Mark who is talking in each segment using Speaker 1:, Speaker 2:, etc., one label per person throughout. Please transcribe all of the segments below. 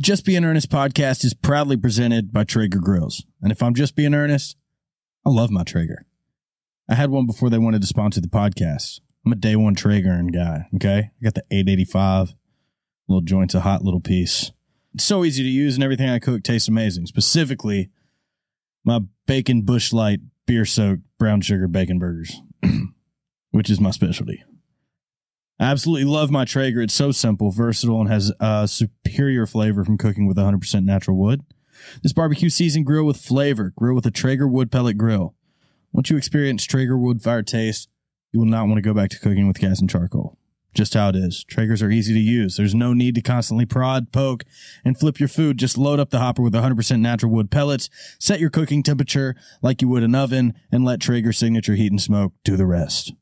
Speaker 1: Just Being Earnest podcast is proudly presented by Traeger Grills. And if I'm just being earnest, I love my Traeger. I had one before they wanted to sponsor the podcast. I'm a day one Traegerin guy. Okay. I got the 885, little joints, a hot little piece. It's so easy to use, and everything I cook tastes amazing. Specifically, my bacon bush light beer soaked brown sugar bacon burgers, which is my specialty. I absolutely love my Traeger. It's so simple, versatile, and has uh, superior flavor from cooking with 100% natural wood. This barbecue season grill with flavor. Grill with a Traeger wood pellet grill. Once you experience Traeger wood fire taste, you will not want to go back to cooking with gas and charcoal. Just how it is. Traegers are easy to use. There's no need to constantly prod, poke, and flip your food. Just load up the hopper with 100% natural wood pellets, set your cooking temperature like you would an oven, and let Traeger signature heat and smoke do the rest.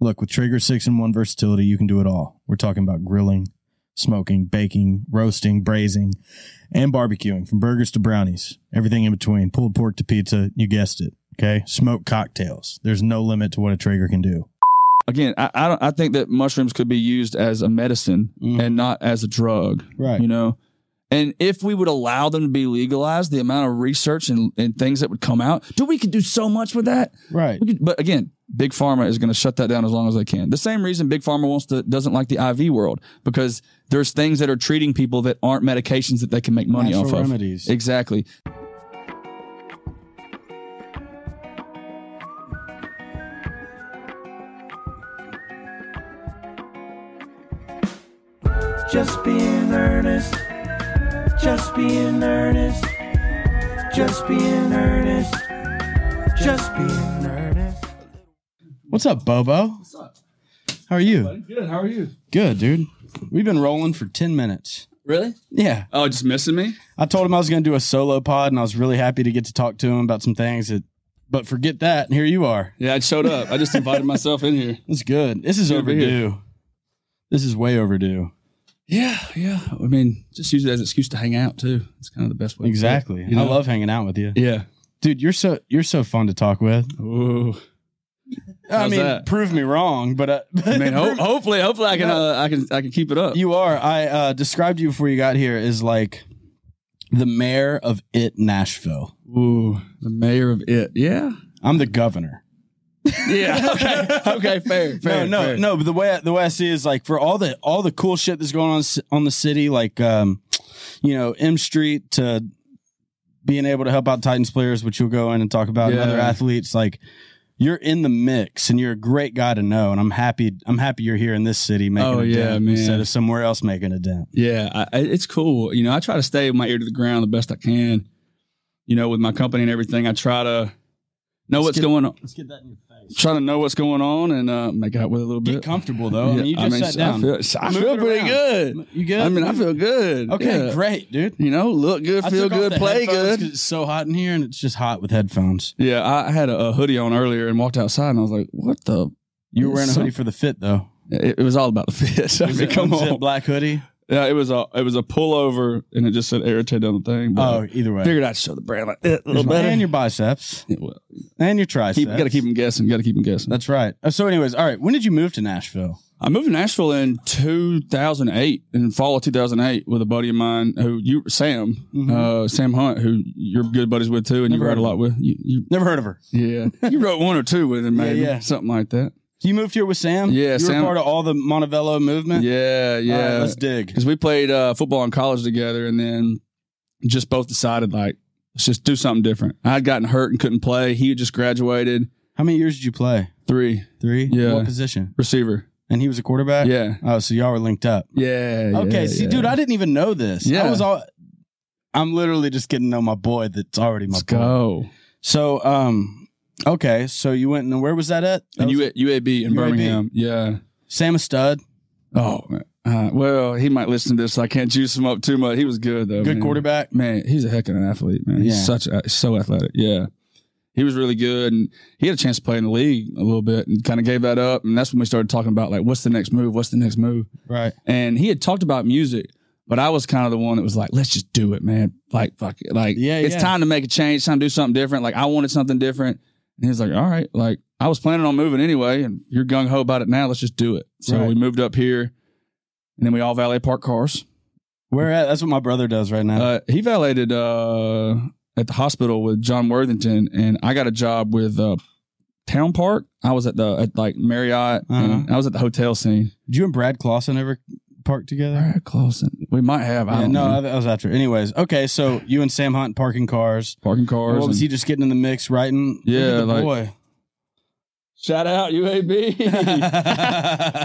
Speaker 1: Look, with Traeger 6 in 1 versatility, you can do it all. We're talking about grilling, smoking, baking, roasting, braising, and barbecuing, from burgers to brownies, everything in between, pulled pork to pizza, you guessed it. Okay. Smoke cocktails. There's no limit to what a Traeger can do.
Speaker 2: Again, I, I don't. I think that mushrooms could be used as a medicine
Speaker 1: Mm.
Speaker 2: and not as a drug.
Speaker 1: Right.
Speaker 2: You know, and if we would allow them to be legalized, the amount of research and, and things that would come out, dude, we could do so much with that.
Speaker 1: Right.
Speaker 2: We could, but again, big pharma is going to shut that down as long as they can. The same reason big pharma wants to doesn't like the IV world because there's things that are treating people that aren't medications that they can make money
Speaker 1: Natural
Speaker 2: off of.
Speaker 1: remedies.
Speaker 2: Exactly.
Speaker 3: Just being earnest. Just being earnest. Just being earnest. Just being earnest.
Speaker 1: What's up, Bobo? What's up? How are you?
Speaker 2: Good. How are you?
Speaker 1: Good, dude. We've been rolling for 10 minutes.
Speaker 2: Really?
Speaker 1: Yeah.
Speaker 2: Oh, just missing me?
Speaker 1: I told him I was going to do a solo pod, and I was really happy to get to talk to him about some things. That, but forget that, and here you are.
Speaker 2: Yeah, I showed up. I just invited myself in here.
Speaker 1: That's good. This is
Speaker 2: Good to be here.
Speaker 1: overdue. This is way overdue.
Speaker 2: Yeah, yeah. I mean, just use it as an excuse to hang out too. It's kind of the best way. to do it,
Speaker 1: Exactly.
Speaker 2: you know?
Speaker 1: I love hanging out with you,
Speaker 2: Yeah.
Speaker 1: dude. You're so you're so fun to talk with.
Speaker 2: Ooh.
Speaker 1: I
Speaker 2: How's
Speaker 1: mean,
Speaker 2: that?
Speaker 1: prove me wrong, but uh,
Speaker 2: I mean, ho- hopefully, hopefully, I can, uh, I can, I can keep it up.
Speaker 1: you are. I uh, described you before you got here as like the mayor of it Nashville.
Speaker 2: Ooh, the mayor of it. Yeah.
Speaker 1: I'm the governor.
Speaker 2: Yeah. Okay. okay. Fair. Fair.
Speaker 1: no, no,
Speaker 2: fair.
Speaker 1: no. But the way I, the way I see it is like for all the all the cool shit that's going on s- on the city, like um, you know, M Street to being able to help out Titans players, which you'll go in and talk about, and
Speaker 2: Yeah.
Speaker 1: other athletes. Like you're in the mix, and you're a great guy to know. And I'm happy. I'm happy you're here in this city making
Speaker 2: Oh,
Speaker 1: a
Speaker 2: yeah,
Speaker 1: dent
Speaker 2: man.
Speaker 1: instead of somewhere else making a dent.
Speaker 2: Yeah, I, I- it's cool. You know, I try to stay with my ear to the ground the best I can. You know, with my company and everything, I try to know what's
Speaker 1: get-
Speaker 2: going on.
Speaker 1: Let's get that in your face.
Speaker 2: Try to know what's going on and uh, make out with it a little
Speaker 1: Get
Speaker 2: bit.
Speaker 1: comfortable though. I
Speaker 2: Yeah,
Speaker 1: mean, you just sat down.
Speaker 2: I feel, I
Speaker 1: Move
Speaker 2: feel
Speaker 1: it
Speaker 2: pretty
Speaker 1: around.
Speaker 2: good.
Speaker 1: you good?
Speaker 2: I mean, I feel good.
Speaker 1: okay,
Speaker 2: Yeah.
Speaker 1: great, dude.
Speaker 2: You know, look good,
Speaker 1: I
Speaker 2: feel
Speaker 1: took off
Speaker 2: good,
Speaker 1: the
Speaker 2: play
Speaker 1: headphones
Speaker 2: good.
Speaker 1: 'cause It's so hot in here, and it's just hot with headphones.
Speaker 2: Yeah, I had a, a hoodie on earlier and walked outside and I was like, what the?
Speaker 1: You were wearing a
Speaker 2: So-
Speaker 1: hoodie for the fit though.
Speaker 2: It, it was all about the fit. I
Speaker 1: Was
Speaker 2: mean,
Speaker 1: it
Speaker 2: come
Speaker 1: unzip
Speaker 2: on.
Speaker 1: black hoodie.
Speaker 2: Yeah, it was a it was a pullover and it just said irritate on the thing. But
Speaker 1: Oh, either
Speaker 2: I
Speaker 1: way.
Speaker 2: figured I'd show the brand like that a little
Speaker 1: There's my-
Speaker 2: better.
Speaker 1: And your biceps
Speaker 2: Yeah, well,
Speaker 1: and your triceps.
Speaker 2: keep, gotta keep them guessing. Gotta keep them guessing.
Speaker 1: That's right. Uh, So, anyways, all right. When did you move to Nashville?
Speaker 2: I moved to Nashville in 2008, in fall of 2008, with a buddy of mine who you Sam
Speaker 1: Mhm.
Speaker 2: uh, Sam Hunt, who you're good buddies with too, and
Speaker 1: Never
Speaker 2: you
Speaker 1: heard
Speaker 2: wrote a
Speaker 1: of
Speaker 2: lot with. You, you,
Speaker 1: Never heard of her.
Speaker 2: yeah, you wrote one or two with him,
Speaker 1: Yeah,
Speaker 2: maybe
Speaker 1: yeah.
Speaker 2: something like that.
Speaker 1: You moved here with Sam.
Speaker 2: Yeah,
Speaker 1: you
Speaker 2: Sam-
Speaker 1: were part of all the Montevello movement.
Speaker 2: Yeah,
Speaker 1: All right,
Speaker 2: yeah,
Speaker 1: let's dig.
Speaker 2: because we played uh, football in college together, and then just both decided like let's just do something different. I'd gotten hurt and couldn't play. He had just graduated
Speaker 1: How many years did you play?
Speaker 2: three
Speaker 1: Three.
Speaker 2: Yeah.
Speaker 1: What position?
Speaker 2: receiver.
Speaker 1: And he was a quarterback.
Speaker 2: Yeah,
Speaker 1: Oh, so y'all were linked up.
Speaker 2: yeah.
Speaker 1: Okay.
Speaker 2: yeah,
Speaker 1: see,
Speaker 2: yeah.
Speaker 1: dude, I didn't even know this. I
Speaker 2: Yeah.
Speaker 1: was all. I'm literally just getting to know my boy. That's already my
Speaker 2: let's
Speaker 1: boy.
Speaker 2: go.
Speaker 1: So, um, okay. So you went and where was that at? That
Speaker 2: And
Speaker 1: was-
Speaker 2: U- UAB in
Speaker 1: UAB.
Speaker 2: Birmingham. Yeah.
Speaker 1: Sam a stud,
Speaker 2: Oh, man. uh, well, he might listen to this. So I can't juice him up too much. He was good though.
Speaker 1: good
Speaker 2: man.
Speaker 1: quarterback.
Speaker 2: Man, he's a heck of an athlete, man. He's
Speaker 1: Yeah.
Speaker 2: such a, so athletic. Yeah. He was really good and he had a chance to play in the league a little bit and kind of gave that up. And that's when we started talking about like, what's the next move? What's the next move?
Speaker 1: Right.
Speaker 2: And he had talked about music, but I was kind of the one that was like, let's just do it, man. Like, fuck it. Like,
Speaker 1: Yeah,
Speaker 2: it's
Speaker 1: yeah.
Speaker 2: time to make a change, time to do something different. Like, I wanted something different. And he was like, all right, like, I was planning on moving anyway, and you're gung ho about it now. Let's just do it. So
Speaker 1: Right.
Speaker 2: we moved up here, and then we all valet park cars.
Speaker 1: Where at? That's what my brother does right now.
Speaker 2: Uh, he valeted uh, at the hospital with John Worthington, and I got a job with uh, Town Park. I was at the at like Marriott, and
Speaker 1: Uh-huh.
Speaker 2: I was at the hotel scene.
Speaker 1: Did you and Brad Clausen ever park together?
Speaker 2: Brad Clausen, we might have. I
Speaker 1: Yeah,
Speaker 2: don't
Speaker 1: no,
Speaker 2: know.
Speaker 1: I- that was after. Anyways, okay, so you and Sam Hunt parking cars.
Speaker 2: parking cars.
Speaker 1: What was
Speaker 2: and-
Speaker 1: he just getting in the mix, writing? Look at
Speaker 2: Yeah,
Speaker 1: the
Speaker 2: like-
Speaker 1: boy.
Speaker 2: Shout out UAB.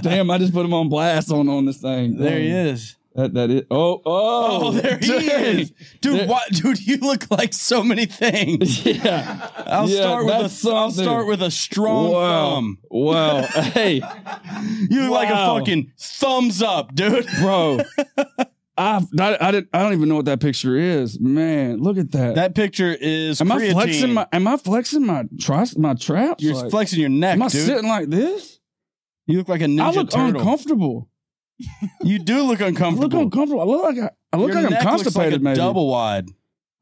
Speaker 2: Damn, I just put him on blast on on this thing.
Speaker 1: there he
Speaker 2: Dang.
Speaker 1: is.
Speaker 2: That that is. Oh Um, oh,
Speaker 1: Oh, there he
Speaker 2: dang.
Speaker 1: is, dude.
Speaker 2: There-
Speaker 1: What, dude? You look like so many things.
Speaker 2: Yeah.
Speaker 1: I'll
Speaker 2: Yeah,
Speaker 1: start with a.
Speaker 2: that's
Speaker 1: will
Speaker 2: something.
Speaker 1: start with a strong
Speaker 2: wow.
Speaker 1: thumb.
Speaker 2: Wow. hey,
Speaker 1: You look like
Speaker 2: Wow.
Speaker 1: a fucking thumbs up, dude.
Speaker 2: bro. I I, I, didn't, I don't even know what that picture is. Man, look at that.
Speaker 1: That picture is.
Speaker 2: am I
Speaker 1: creatine.
Speaker 2: flexing my am I flexing my tri- my traps?
Speaker 1: You're
Speaker 2: Like,
Speaker 1: flexing your neck,
Speaker 2: Am I
Speaker 1: dude.
Speaker 2: sitting like this?
Speaker 1: you look like a ninja
Speaker 2: I look
Speaker 1: turtle.
Speaker 2: uncomfortable.
Speaker 1: you do look
Speaker 2: I look
Speaker 1: uncomfortable.
Speaker 2: uncomfortable. I look like I, I look
Speaker 1: Your
Speaker 2: like I'm
Speaker 1: neck looks like
Speaker 2: constipated,
Speaker 1: a
Speaker 2: maybe.
Speaker 1: Double wide.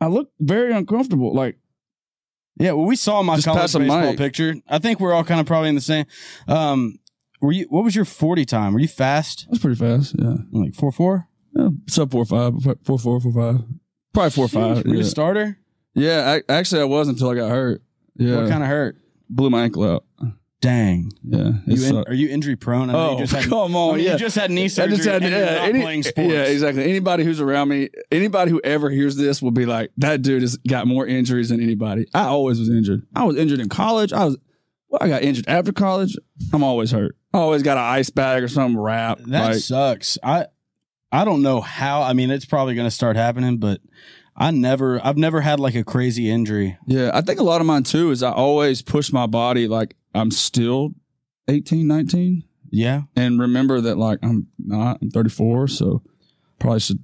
Speaker 2: I look very uncomfortable. Like
Speaker 1: Yeah, well, we saw my
Speaker 2: Just
Speaker 1: college
Speaker 2: pass the
Speaker 1: baseball
Speaker 2: mic.
Speaker 1: picture. I think we're all kind of probably in the same. Um, were you? What was your forty time? Were you fast?
Speaker 2: that's pretty fast. Yeah.
Speaker 1: Like four four?
Speaker 2: Yeah, sub four five, four four, four five, probably four five.
Speaker 1: Were you
Speaker 2: Yeah,
Speaker 1: a starter?
Speaker 2: yeah I, actually, I was until I got hurt. Yeah,
Speaker 1: What kind of hurt?
Speaker 2: blew my ankle out.
Speaker 1: Dang.
Speaker 2: Yeah, it
Speaker 1: You in,
Speaker 2: sucked.
Speaker 1: are you injury prone? I know you
Speaker 2: uh, oh
Speaker 1: just had,
Speaker 2: come on,
Speaker 1: I mean,
Speaker 2: yeah.
Speaker 1: you just had knee
Speaker 2: I
Speaker 1: surgery.
Speaker 2: just had-
Speaker 1: and you're
Speaker 2: yeah,
Speaker 1: not
Speaker 2: any-
Speaker 1: playing sports.
Speaker 2: yeah, exactly. Anybody who's around me, anybody who ever hears this will be like, "That dude has got more injuries than anybody." I always was injured. I was injured in college. I was, well, I got injured after college. I'm always hurt. I always got an ice bag or something wrap.
Speaker 1: That
Speaker 2: like,
Speaker 1: sucks. I I don't know how. I mean, it's probably going to start happening, but I never. I've never had like a crazy injury.
Speaker 2: Yeah, I think a lot of mine too is I always push my body like I'm still 18, 19
Speaker 1: Yeah.
Speaker 2: and remember that like I'm not, I'm 34, so probably should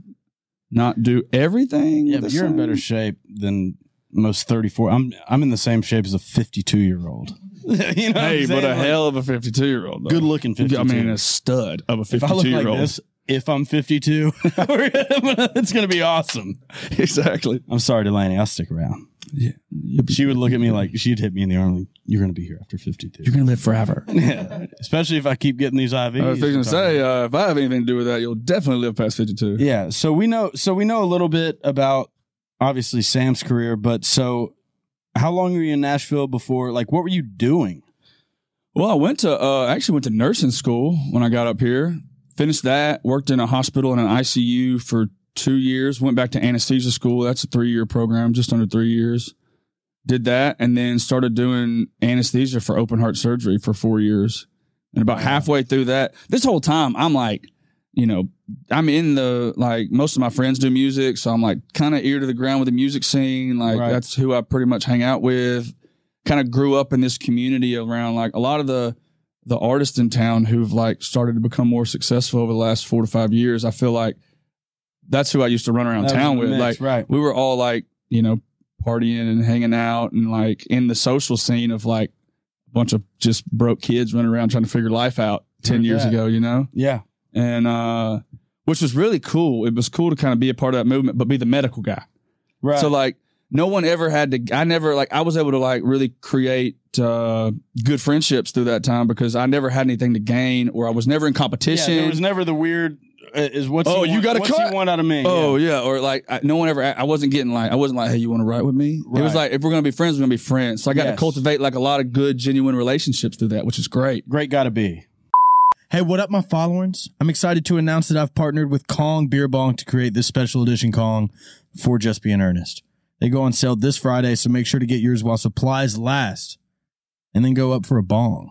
Speaker 2: not do everything.
Speaker 1: Yeah, but
Speaker 2: the
Speaker 1: you're in
Speaker 2: same.
Speaker 1: better shape than most 34. I'm I'm in the same shape as a 52 year old. you know, what I'm
Speaker 2: Hey,
Speaker 1: saying?
Speaker 2: but a
Speaker 1: Like,
Speaker 2: hell of a 52 year old.
Speaker 1: good looking 52.
Speaker 2: I mean, a stud of a
Speaker 1: if I look
Speaker 2: 52
Speaker 1: like
Speaker 2: year old.
Speaker 1: this, if I'm 52, it's gonna be awesome.
Speaker 2: exactly.
Speaker 1: I'm sorry, Delaney. I'll stick around.
Speaker 2: You'll be-
Speaker 1: She would look at me like she'd hit me in the arm. Like, you're gonna be here after 52.
Speaker 2: You're gonna live forever.
Speaker 1: Yeah. Especially if I keep getting these IVs.
Speaker 2: I was fixing to say, uh, if I have anything to do with that, you'll definitely live past 52.
Speaker 1: Yeah. So we know. So we know a little bit about obviously Sam's career, but so how long were you in Nashville before? Like, what were you doing?
Speaker 2: Well, I went to uh, I actually went to nursing school when I got up here. Finished that, worked in a hospital in an ICU for two years. Went back to anesthesia school. That's a three year program, just under three years. Did that, and then started doing anesthesia for open heart surgery for four years. And about halfway through that, this whole time I'm like, you know, I'm in the like most of my friends do music, so I'm like kind of ear to the ground with the music scene. Like
Speaker 1: Right.
Speaker 2: that's who I pretty much hang out with. Kind of grew up in this community around like a lot of the the artists in town who've like started to become more successful over the last four to five years. I feel like that's who I used to run around
Speaker 1: That was in
Speaker 2: town
Speaker 1: the
Speaker 2: with.
Speaker 1: mix,
Speaker 2: Like
Speaker 1: right.
Speaker 2: we were all like, you know, partying and hanging out and like in the social scene of like a bunch of just broke kids running around trying to figure life out 10
Speaker 1: Heard
Speaker 2: years
Speaker 1: that.
Speaker 2: ago, you know?
Speaker 1: Yeah.
Speaker 2: And, uh, which was really cool. It was cool to kind of be a part of that movement, but be the medical guy.
Speaker 1: Right.
Speaker 2: So like no one ever had to I never like I was able to like really create uh good friendships through that time because I never had anything to gain or I was never in competition.
Speaker 1: Yeah, there was never the weird. Uh, is what's
Speaker 2: Oh,
Speaker 1: he
Speaker 2: you
Speaker 1: want-
Speaker 2: got a
Speaker 1: what's
Speaker 2: cut?
Speaker 1: He want out of me?
Speaker 2: Oh yeah. or like I, no one ever. I wasn't getting like I wasn't like, hey, you want to ride with me? It was
Speaker 1: Right.
Speaker 2: like if we're gonna be friends, we're gonna be friends. So I got to
Speaker 1: Yes.
Speaker 2: cultivate like a lot of good, genuine relationships through that, which is great.
Speaker 1: great gotta be. Hey, what up, my followers? I'm excited to announce that I've partnered with Kong Beer Bong to create this special edition Kong for Just Being Earnest. They go on sale this Friday, so make sure to get yours while supplies last, and then go up for a bong.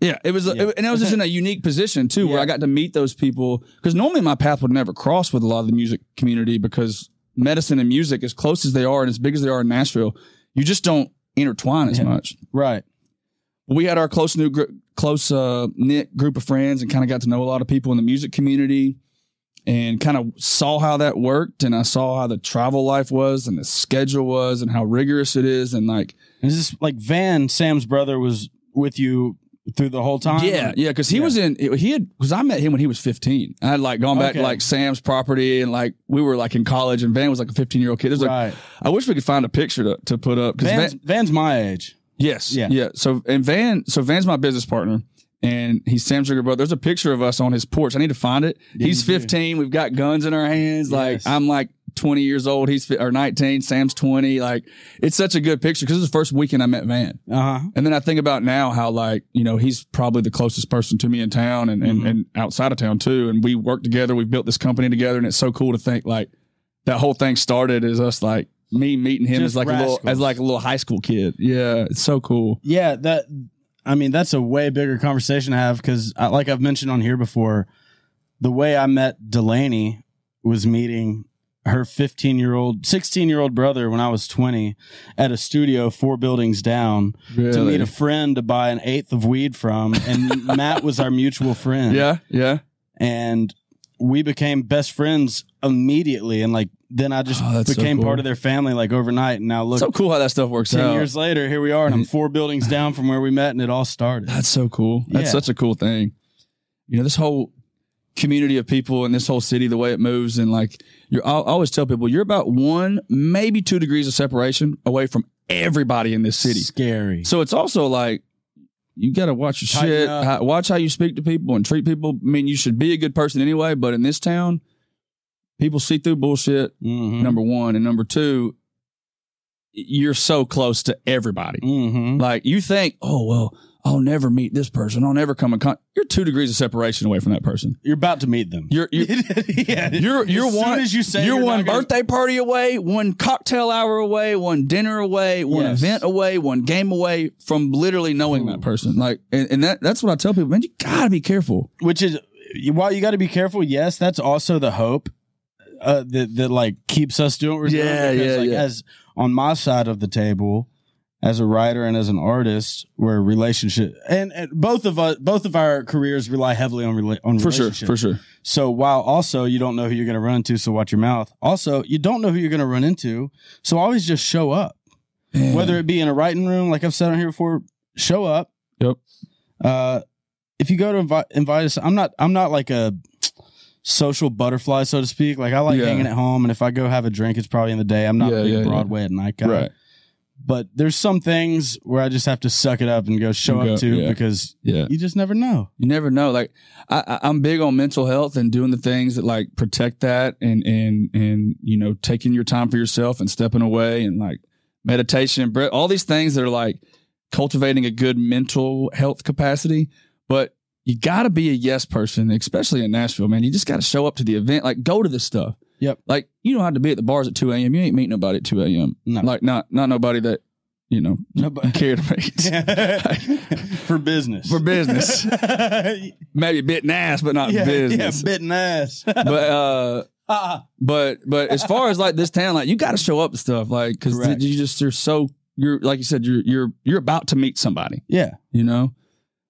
Speaker 2: Yeah, it was,
Speaker 1: Yeah.
Speaker 2: it- and I was just in a unique position too, where
Speaker 1: Yeah.
Speaker 2: I got to meet those people because normally my path would never cross with a lot of the music community because medicine and music, as close as they are and as big as they are in Nashville, you just don't intertwine as
Speaker 1: Yeah.
Speaker 2: much.
Speaker 1: Right.
Speaker 2: we had our close new gr- close uh, knit group of friends and kind of got to know a lot of people in the music community and kind of saw how that worked and I saw how the travel life was and the schedule was and how rigorous it is and like
Speaker 1: And is this like Van, Sam's brother, was with you through the whole time?
Speaker 2: yeah yeah because he
Speaker 1: Yeah.
Speaker 2: was in he had because I met him when he was 15 I had like gone back to
Speaker 1: Okay.
Speaker 2: like Sam's property and like we were like in college and Van was like a 15 year old kid there's like
Speaker 1: Right.
Speaker 2: I wish we could find a picture to, to put up because
Speaker 1: Van's, Van's my age.
Speaker 2: Yes.
Speaker 1: Yeah.
Speaker 2: Yeah. Yeah. So and Van, so Van's my business partner, and he's Sam's younger brother. There's a picture of us on his porch. I need to find it.
Speaker 1: Yeah,
Speaker 2: he's
Speaker 1: you do.
Speaker 2: 15. We've got guns in our hands.
Speaker 1: Yes.
Speaker 2: Like I'm like 20 years old. He's fi- or 19. Sam's 20. Like it's such a good picture because it's the first weekend I met Van.
Speaker 1: Uh huh.
Speaker 2: And then I think about now how like, you know, he's probably the closest person to me in town and, and,
Speaker 1: Mhm.
Speaker 2: and outside of town too. And we work together, we built this company together and it's so cool to think like that whole thing started as us like me meeting him
Speaker 1: Just
Speaker 2: as like a little
Speaker 1: rascals.
Speaker 2: as like a little high school kid. Yeah. It's so cool.
Speaker 1: Yeah, that I mean that's a way bigger conversation to have because, like I've mentioned on here before, the way I met Delaney was meeting her 15 year old, 16 year old brother when I was 20 at a studio four buildings down
Speaker 2: Really.
Speaker 1: to meet a friend to buy an eighth of weed from, and Matt was our mutual friend.
Speaker 2: yeah, yeah.
Speaker 1: and we became best friends immediately, and like then I just
Speaker 2: Oh, that's so
Speaker 1: became
Speaker 2: cool.
Speaker 1: part of their family like overnight, and now look.
Speaker 2: so cool how that stuff works
Speaker 1: 10
Speaker 2: out.
Speaker 1: years later, here we are, and I'm four buildings down from where we met, and it all started.
Speaker 2: That's so cool. That's
Speaker 1: Yeah.
Speaker 2: such a cool thing. You know, this whole community of people and this whole city, the way it moves, and like you're, I I always tell people, you're about one, maybe two degrees of separation away from everybody in this city.
Speaker 1: Scary.
Speaker 2: So it's also like you got to watch your
Speaker 1: Tighten
Speaker 2: shit,
Speaker 1: up.
Speaker 2: how, watch how you speak to people and treat people. I mean, you should be a good person anyway, but in this town, people see through bullshit.
Speaker 1: Mhm.
Speaker 2: Number one, and number two, you're so close to everybody.
Speaker 1: Mhm.
Speaker 2: Like you think, oh well, I'll never meet this person. I'll never come in con You're two degrees of separation away from that person.
Speaker 1: You're about to meet them.
Speaker 2: You're you're
Speaker 1: yeah.
Speaker 2: you're, you're
Speaker 1: as
Speaker 2: one
Speaker 1: Soon as you say
Speaker 2: you're,
Speaker 1: you're
Speaker 2: one
Speaker 1: not gonna-
Speaker 2: birthday party away, one cocktail hour away, one dinner away, one
Speaker 1: Yes.
Speaker 2: event away, one game away from literally knowing that person. Like, and, and that that's what I tell people, man. You gotta be careful.
Speaker 1: which is while you got to be careful. Yes, that's also the hope uh, that that like keeps us doing. What we're
Speaker 2: Yeah,
Speaker 1: doing
Speaker 2: yeah,
Speaker 1: like,
Speaker 2: yeah.
Speaker 1: As on my side of the table, as a writer and as an artist, where relationship and, and both of us, both of our careers rely heavily on rela- on
Speaker 2: For sure,
Speaker 1: relationship.
Speaker 2: for sure.
Speaker 1: So while also you don't know who you're going to run into, so watch your mouth. Also, you don't know who you're going to run into, so always just show up.
Speaker 2: Man.
Speaker 1: whether it be in a writing room, like I've said on here before, show up.
Speaker 2: Yep.
Speaker 1: Uh, if you go to invite, invite us, I'm not, I'm not like a social butterfly, so to speak. Like I like
Speaker 2: Yeah.
Speaker 1: hanging at home, and if I go have a drink, it's probably in the day. I'm not
Speaker 2: Yeah,
Speaker 1: a big
Speaker 2: yeah, yeah.
Speaker 1: Broadway at night guy.
Speaker 2: right,
Speaker 1: But there's some things where I just have to suck it up and go show
Speaker 2: Go-
Speaker 1: up to
Speaker 2: yeah.
Speaker 1: because
Speaker 2: yeah.
Speaker 1: you just never know.
Speaker 2: You never know. Like I, I, I'm big on mental health and doing the things that like protect that and and and you know taking your time for yourself and stepping away and like meditation and breath, all these things that are like cultivating a good mental health capacity. But you got to be a yes person, especially in Nashville, man. You just got to show up to the event, like go to this stuff.
Speaker 1: Yep.
Speaker 2: Like you don't have to be at the bars at 2 a.m. You ain't meet nobody at 2 a.m.
Speaker 1: No.
Speaker 2: Like not not nobody that you know
Speaker 1: Nobody-
Speaker 2: care to meet
Speaker 1: for business.
Speaker 2: for business. Maybe a bit ass, but not
Speaker 1: yeah,
Speaker 2: business.
Speaker 1: Yeah, bitten ass.
Speaker 2: but uh
Speaker 1: Ah,
Speaker 2: but but as far as like this town like you got to show up to stuff like because
Speaker 1: Correct.
Speaker 2: you just you're so you're like you said you're you're you're about to meet somebody
Speaker 1: yeah.
Speaker 2: you know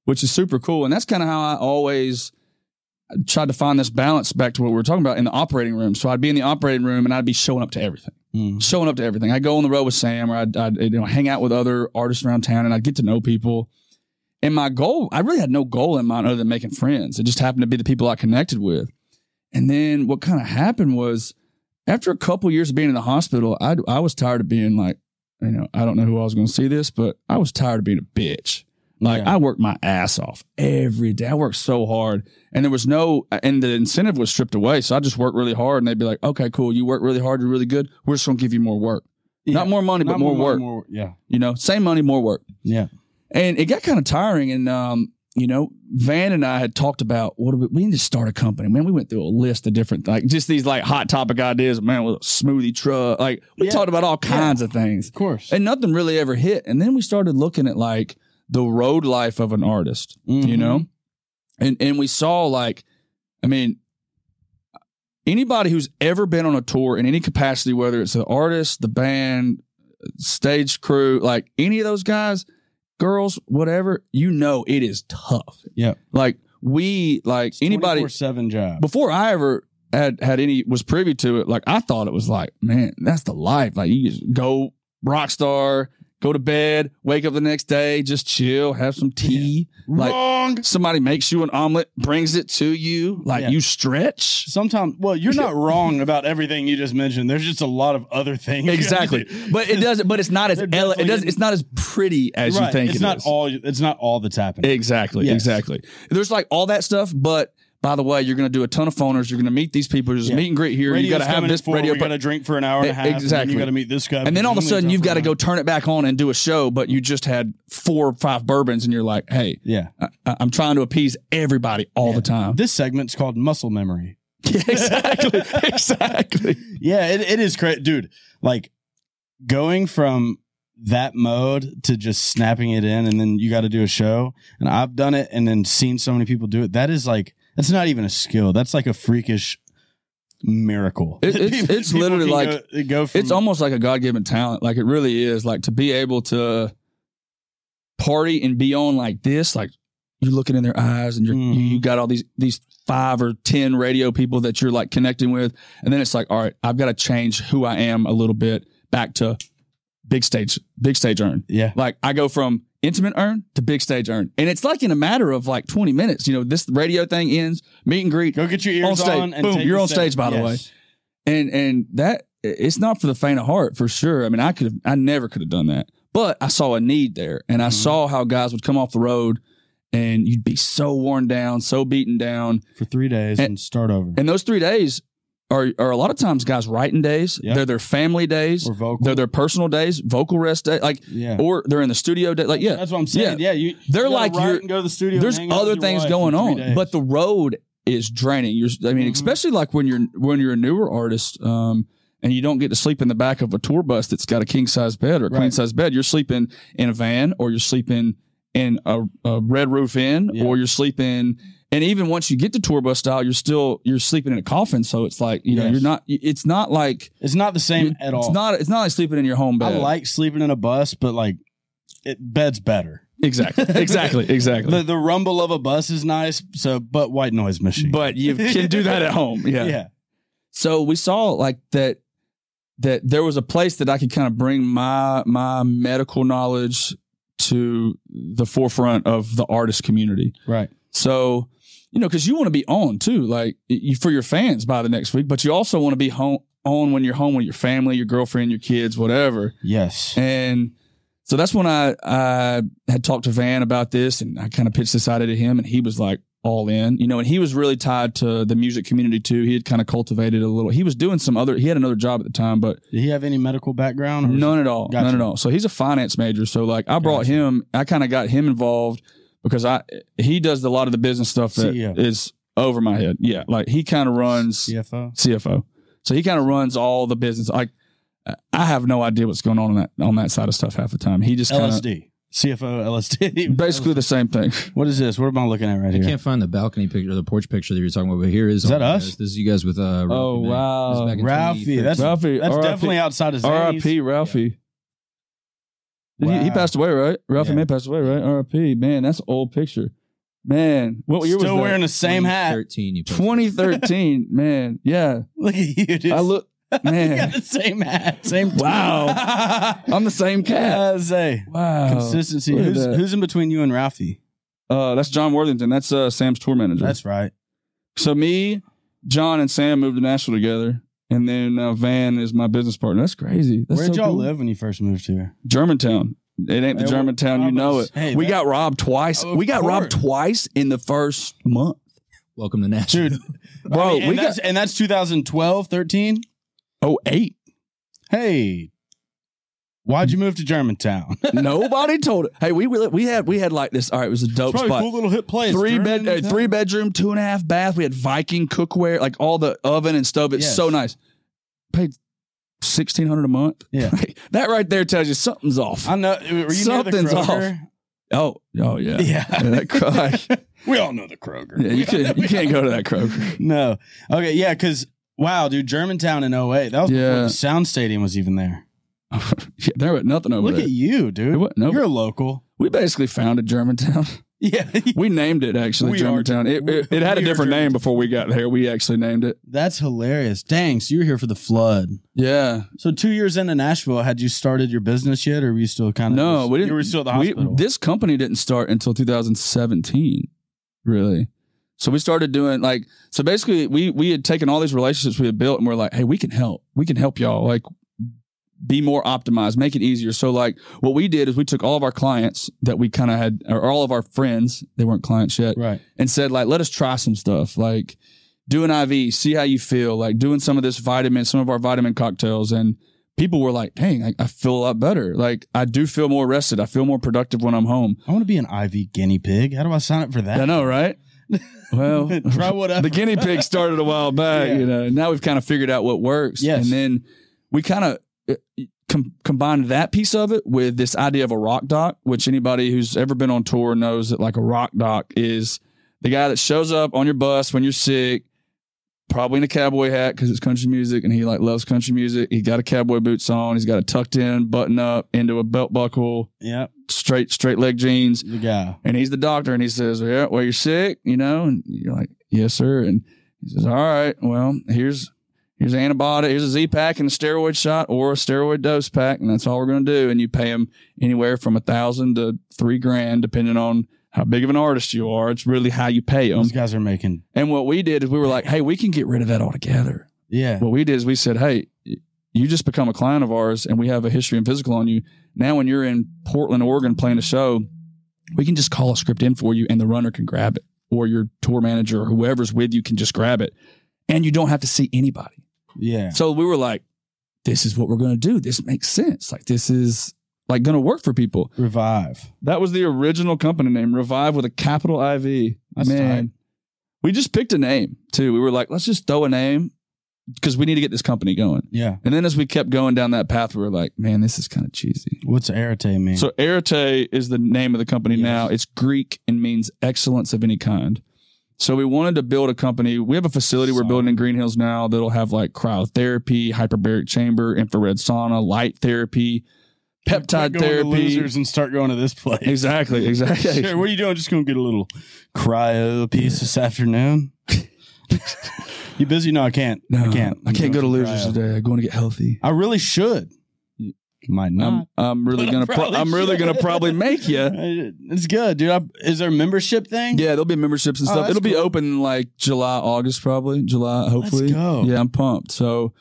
Speaker 2: which is super cool and that's kind of how i always tried to find this balance back to what we were talking about in the operating room so i'd be in the operating room and i'd be showing up to everything
Speaker 1: Mm.
Speaker 2: showing up to everything i go on the road with sam or i'd, I'd you know hang out with other artists around town and i'd get to know people and my goal i really had no goal in mind other than making friends it just happened to be the people i connected with and then what kind of happened was after a couple years of being in the hospital, I, I was tired of being like, you know, I don't know who I was going to see this, but I was tired of being a bitch. Like
Speaker 1: Yeah.
Speaker 2: I worked my ass off every day. I worked so hard and there was no, and the incentive was stripped away. So I just worked really hard and they'd be like, okay, cool. You work really hard. You're really good. We're just going to give you more work, not
Speaker 1: Yeah.
Speaker 2: more money, but
Speaker 1: Not
Speaker 2: more, work,
Speaker 1: more- yeah.
Speaker 2: you know, same money, more work.
Speaker 1: Yeah.
Speaker 2: And it got kind of tiring. And, um, you know, Van and I had talked about what do we, we need to start a company. Man, we went through a list of different, like just these like hot topic ideas. Man, with a smoothie truck. Like we
Speaker 1: Yeah.
Speaker 2: talked about all kinds of things
Speaker 1: Of course.
Speaker 2: and nothing really ever hit. And then we started looking at like the road life of an artist,
Speaker 1: Mm-hmm.
Speaker 2: you know? And, and we saw like, I mean, anybody who's ever been on a tour in any capacity, whether it's the artist, the band, stage crew, like any of those guys, girls, whatever, you know, it is tough.
Speaker 1: Yeah.
Speaker 2: Like we, like anybody,
Speaker 1: seven job.
Speaker 2: before I ever had had any was privy to it, like I thought it was like, man, that's the life. Like you just go rock star, go to bed, wake up the next day, just chill, have some tea. Like
Speaker 1: Wrong.
Speaker 2: somebody makes you an omelet, brings it to you, like
Speaker 1: Yeah.
Speaker 2: you stretch.
Speaker 1: Sometimes, well, you're not wrong about everything you just mentioned. There's just a lot of other things.
Speaker 2: Exactly, but it doesn't. But it's not as
Speaker 1: There
Speaker 2: ele- it
Speaker 1: definitely
Speaker 2: does. It's not as pretty as
Speaker 1: right.
Speaker 2: you think.
Speaker 1: it's
Speaker 2: it
Speaker 1: not
Speaker 2: is.
Speaker 1: all. It's not all that's happening.
Speaker 2: Exactly.
Speaker 1: Yes.
Speaker 2: Exactly. There's like all that stuff, but by the way, you're going to do a ton of phoners. You're going to meet these people. There's
Speaker 1: Yeah.
Speaker 2: meet and greet here.
Speaker 1: Radio's
Speaker 2: you got to have
Speaker 1: coming
Speaker 2: this
Speaker 1: at four,
Speaker 2: radio.
Speaker 1: We're gonna drink for an hour and a
Speaker 2: E-
Speaker 1: half. and then
Speaker 2: exactly.
Speaker 1: you gotta meet this guy.
Speaker 2: and then all of a
Speaker 1: Zoom
Speaker 2: sudden,
Speaker 1: meets
Speaker 2: you've
Speaker 1: up
Speaker 2: got to
Speaker 1: for
Speaker 2: go
Speaker 1: an
Speaker 2: turn it back on and do a show, but you just had four or five bourbons, and you're like, hey,
Speaker 1: hour.
Speaker 2: I- I- I'm trying to appease everybody all
Speaker 1: Yeah.
Speaker 2: the time.
Speaker 1: Yeah. This segment's called muscle memory.
Speaker 2: Yeah, exactly. exactly.
Speaker 1: Yeah, it, it is great, dude. Like going from that mode to just snapping it in, and then you got to do a show. And I've done it, and then seen so many people do it. That is like that's not even a skill. That's like a freakish miracle.
Speaker 2: It- it's- it's literally
Speaker 1: can
Speaker 2: like-
Speaker 1: go, go from,
Speaker 2: it's almost like a God given talent. Like it really is. Like to be able to party and be on like this, like you're looking in their eyes and you're,
Speaker 1: Mhm.
Speaker 2: you you got all these these five or ten radio people that you're like connecting with, and then it's like, all right, I've got to change who I am a little bit back to big stage, big stage earn.
Speaker 1: yeah.
Speaker 2: Like I go from intimate earn to big stage earn, and it's like in a matter of like 20 minutes. You know, this radio thing ends, meet and greet,
Speaker 1: Go get your ears
Speaker 2: On stage.
Speaker 1: and
Speaker 2: Boom,
Speaker 1: take
Speaker 2: you're
Speaker 1: the
Speaker 2: on stage, by the way. and and that it's not for the faint of heart for sure. I mean, I could have, I never could have done that, but I saw a need there, and I
Speaker 1: Mhm.
Speaker 2: saw how guys would come off the road, and you'd be so worn down, so beaten down,
Speaker 1: for three days and,
Speaker 2: And-
Speaker 1: start over.
Speaker 2: and those three days are are a lot of times guys writing days.
Speaker 1: Yeah.
Speaker 2: They're their family days.
Speaker 1: or vocal.
Speaker 2: They're their personal days, vocal rest day, like,
Speaker 1: yeah.
Speaker 2: or they're in the studio day, like, yeah.
Speaker 1: That's what I'm saying. Yeah, you.
Speaker 2: They're
Speaker 1: you gotta
Speaker 2: like
Speaker 1: write
Speaker 2: you're-
Speaker 1: and go to the studio. and
Speaker 2: There's
Speaker 1: hang out
Speaker 2: other
Speaker 1: with your
Speaker 2: things
Speaker 1: wife
Speaker 2: going
Speaker 1: for three
Speaker 2: on,
Speaker 1: days.
Speaker 2: but the road is draining. You're, I mean,
Speaker 1: Mhm.
Speaker 2: especially like when you're when you're a newer artist, um, and you don't get to sleep in the back of a tour bus that's got a king size bed or a
Speaker 1: Right.
Speaker 2: queen size bed. You're sleeping in a van, or you're sleeping in a, a red roof inn,
Speaker 1: Yeah.
Speaker 2: or you're sleeping. And even once you get to tour bus style, you're still you're sleeping in a coffin. So it's like you know
Speaker 1: Yes.
Speaker 2: you're not. It's not like
Speaker 1: it's not the same
Speaker 2: you-
Speaker 1: at all.
Speaker 2: It's not. It's not like sleeping in your home
Speaker 1: I
Speaker 2: bed.
Speaker 1: like sleeping in a bus, but like, it bed's better.
Speaker 2: exactly, exactly, exactly.
Speaker 1: The, the rumble of a bus is nice, so but white noise machine.
Speaker 2: but you can do that at home.
Speaker 1: yeah,
Speaker 2: so we saw like that that there was a place that I could kind of bring my my medical knowledge to the forefront of the artist community.
Speaker 1: right.
Speaker 2: So, you know, because you want to be on too, like you, for your fans by the next week, but you also want to be home on when you're home with your family, your girlfriend, your kids, whatever.
Speaker 1: Yes.
Speaker 2: And so that's when I I had talked to Van about this, and I kind of pitched this idea to him, and he was like all in, you know. And he was really tied to the music community too. He had kind of cultivated a little. He was doing some other. He had another job at the time, but
Speaker 1: Did he have any medical background? or-
Speaker 2: None at all.
Speaker 1: Gotcha.
Speaker 2: None at all. So he's a finance major. So like I brought
Speaker 1: Gotcha.
Speaker 2: him, I kind of got him involved because I he does a lot of the business stuff that is
Speaker 1: CEO.
Speaker 2: over my head. Yeah, like he kind of runs
Speaker 1: CFO.
Speaker 2: CFO. So he kind of runs all the business. Like I have no idea what's going on on that on that side of stuff half the time. He just kind of
Speaker 1: LSD. CFO. LSD.
Speaker 2: basically the same thing.
Speaker 1: What is this? What am I looking at right
Speaker 4: I
Speaker 1: here?
Speaker 4: can't find the balcony picture or the porch picture that you're talking about, but here is,
Speaker 1: Is that
Speaker 4: oh,
Speaker 1: us?
Speaker 4: yes, This is you guys with uh. Ralphie
Speaker 2: Oh,
Speaker 4: May.
Speaker 2: wow.
Speaker 4: This is back in
Speaker 1: Ralphie,
Speaker 4: 2013.
Speaker 1: that's-
Speaker 2: Ralphie,
Speaker 1: That's
Speaker 2: RIP,
Speaker 1: definitely outside of Zany's.
Speaker 2: R.I.P. Ralphie. Did He, he
Speaker 1: Wow.
Speaker 2: passed away, right? Ralphie
Speaker 1: Yeah.
Speaker 2: May passed away, right? R.I.P. Man, that's an old picture. Man, what year
Speaker 1: Still
Speaker 2: was that?
Speaker 1: wearing the same hat.
Speaker 4: 2013, You posted.
Speaker 2: 2013, man. Yeah.
Speaker 1: Look at you, dude.
Speaker 2: I look,
Speaker 1: You
Speaker 2: man.
Speaker 1: got the same hat. Same.
Speaker 2: Wow. I'm the same cat.
Speaker 1: I say
Speaker 2: Wow.
Speaker 1: consistency.
Speaker 2: look at
Speaker 1: Who's,
Speaker 2: that.
Speaker 1: who's in between you and Ralphie?
Speaker 2: Uh, that's John Worthington. That's uh, Sam's tour manager.
Speaker 1: That's right.
Speaker 2: so me, John, and Sam moved to Nashville together. And then uh, Van is my business partner. That's crazy. That's
Speaker 1: Where did
Speaker 2: so
Speaker 1: y'all
Speaker 2: cool.
Speaker 1: live when you first moved here?
Speaker 2: Germantown. It ain't the
Speaker 1: Hey,
Speaker 2: Germantown.
Speaker 1: well,
Speaker 2: You
Speaker 1: I
Speaker 2: know
Speaker 1: was-
Speaker 2: it.
Speaker 1: hey,
Speaker 2: we
Speaker 1: that-
Speaker 2: got robbed twice.
Speaker 1: Of
Speaker 2: we got robbed
Speaker 1: course.
Speaker 2: twice in the first month.
Speaker 4: Welcome to Nashville.
Speaker 1: Dude,
Speaker 2: Bro,
Speaker 1: and,
Speaker 2: we got
Speaker 1: that's, and that's 2012, 13.
Speaker 2: oh eight.
Speaker 1: Hey, why'd you move to Germantown? It's
Speaker 2: Nobody told it. Hey, we, we we had we had like this. All right, it was a dope
Speaker 1: probably a
Speaker 2: spot.
Speaker 1: cool little hit place.
Speaker 2: three bed, uh, three bedroom, two and a half bath. We had Viking cookware, like all the oven and stove. It's
Speaker 1: Yes.
Speaker 2: so nice. Paid sixteen hundred a month.
Speaker 1: Yeah.
Speaker 2: Like, that right there tells you something's off.
Speaker 1: I know. Were you near the
Speaker 2: Something's
Speaker 1: Kroger?
Speaker 2: oh, oh yeah.
Speaker 1: Yeah.
Speaker 2: Yeah, that cro- like,
Speaker 1: we all know the Kroger.
Speaker 2: yeah, you can't you can't go to that Kroger.
Speaker 1: No. Okay. Yeah. Because, wow, dude, Germantown in 08. That was before
Speaker 2: Yeah.
Speaker 1: the Sound Stadium was even there.
Speaker 2: yeah, there was nothing over
Speaker 1: Look
Speaker 2: there.
Speaker 1: at you,
Speaker 2: It
Speaker 1: dude.
Speaker 2: wasn't over-
Speaker 1: You're a local.
Speaker 2: we basically founded Germantown.
Speaker 1: Yeah.
Speaker 2: We named it actually
Speaker 1: We are-
Speaker 2: Germantown. It, it, it had a
Speaker 1: we are
Speaker 2: different
Speaker 1: Germantown.
Speaker 2: name before we got there. We actually named it.
Speaker 1: That's hilarious. Dang, so you were here for the flood.
Speaker 2: Yeah.
Speaker 1: So two years into Nashville, had you started your business yet, or were you still kind of
Speaker 2: No, we didn't.
Speaker 1: You were still at the
Speaker 2: we-
Speaker 1: hospital.
Speaker 2: this company didn't start until 2017, really. So we started doing like so. Basically, we we had taken all these relationships we had built, and we're like, hey, we can help. We can help y'all. Like, be more optimized, make it easier. So like, what we did is we took all of our clients that we kind of had, or all of our friends, they weren't clients yet,
Speaker 1: right.
Speaker 2: and said like let us try some stuff like do an iv see how you feel like doing some of this vitamin some of our vitamin cocktails and people were like dang i, I feel a lot better like i do feel more rested i feel more productive when i'm home
Speaker 1: I want to be an IV guinea pig. How do I sign up for
Speaker 2: i
Speaker 1: that?
Speaker 2: know right well
Speaker 1: Try whatever.
Speaker 2: the guinea pig started a while back
Speaker 1: Yeah.
Speaker 2: you know now we've kind of figured out what works
Speaker 1: Yes.
Speaker 2: and then we kind of uh, com- combined that piece of it with this idea of a rock doc which anybody who's ever been on tour knows that like a rock doc is the guy that shows up on your bus when you're sick probably in a cowboy hat because it's country music and he like loves country music he got a cowboy boots on he's got a tucked in button up into a belt buckle
Speaker 1: Yep.
Speaker 2: straight straight leg jeans
Speaker 1: The guy.
Speaker 2: and he's the doctor, and he says, "Yeah, well, you're sick, you know." And you're like, "Yes, sir." And he says, "All right, well, here's here's an antibiotic, here's a Z pack and a steroid shot, or a steroid dose pack, and that's all we're gonna do." And you pay him anywhere from a thousand to three grand, depending on how big of an artist you are. It's really how you pay them.
Speaker 1: Those guys are making.
Speaker 2: And what we did is we were like, "Hey, we can get rid of that altogether."
Speaker 1: Yeah.
Speaker 2: What we did is we said, "Hey, you just become a client of ours, and we have a history and physical on you. Now, when you're in Portland, Oregon, playing a show, we can just call a script in for you, and the runner can grab it, or your tour manager or whoever's with you can just grab it, and you don't have to see anybody."
Speaker 1: Yeah.
Speaker 2: So we were like, "This is what we're going to do. This makes sense. Like this is like going to work for people."
Speaker 1: Revive.
Speaker 2: That was the original company name, Revive with a capital IV.
Speaker 1: That's
Speaker 2: Man,
Speaker 1: tight.
Speaker 2: we just picked a name too. We were like, let's just throw a name because we need to get this company going.
Speaker 1: Yeah.
Speaker 2: And then as we kept going down that path, we were like, man, this is kind of cheesy.
Speaker 1: What's arite mean?
Speaker 2: So Erite is the name of the company
Speaker 1: Yes.
Speaker 2: now. It's Greek and means excellence of any kind. So we wanted to build a company. We have a facility we're
Speaker 1: Sauna.
Speaker 2: building in Green Hills now that'll have like cryotherapy, hyperbaric chamber, infrared sauna, light therapy, peptide
Speaker 1: Quit going to
Speaker 2: therapy.
Speaker 1: losers and start going to this place.
Speaker 2: Exactly, exactly.
Speaker 1: Sure, what are you doing? Just gonna get a little cryo piece this afternoon. you busy? No, I can't.
Speaker 2: No,
Speaker 1: I can't.
Speaker 2: I can't go to losers
Speaker 1: Cryo.
Speaker 2: today. I'm going to get healthy.
Speaker 1: I really should. Might
Speaker 2: I'm,
Speaker 1: not.
Speaker 2: I'm really
Speaker 1: But I
Speaker 2: gonna. Pro-
Speaker 1: Ah. probably
Speaker 2: I'm really
Speaker 1: should.
Speaker 2: gonna probably make you.
Speaker 1: I- It's good, dude. I, is there a membership thing?
Speaker 2: Yeah, there'll be memberships and
Speaker 1: Oh,
Speaker 2: stuff.
Speaker 1: that's
Speaker 2: It'll be
Speaker 1: cool.
Speaker 2: open like July, August, probably July, hopefully.
Speaker 1: go.
Speaker 2: Yeah, I'm pumped. So,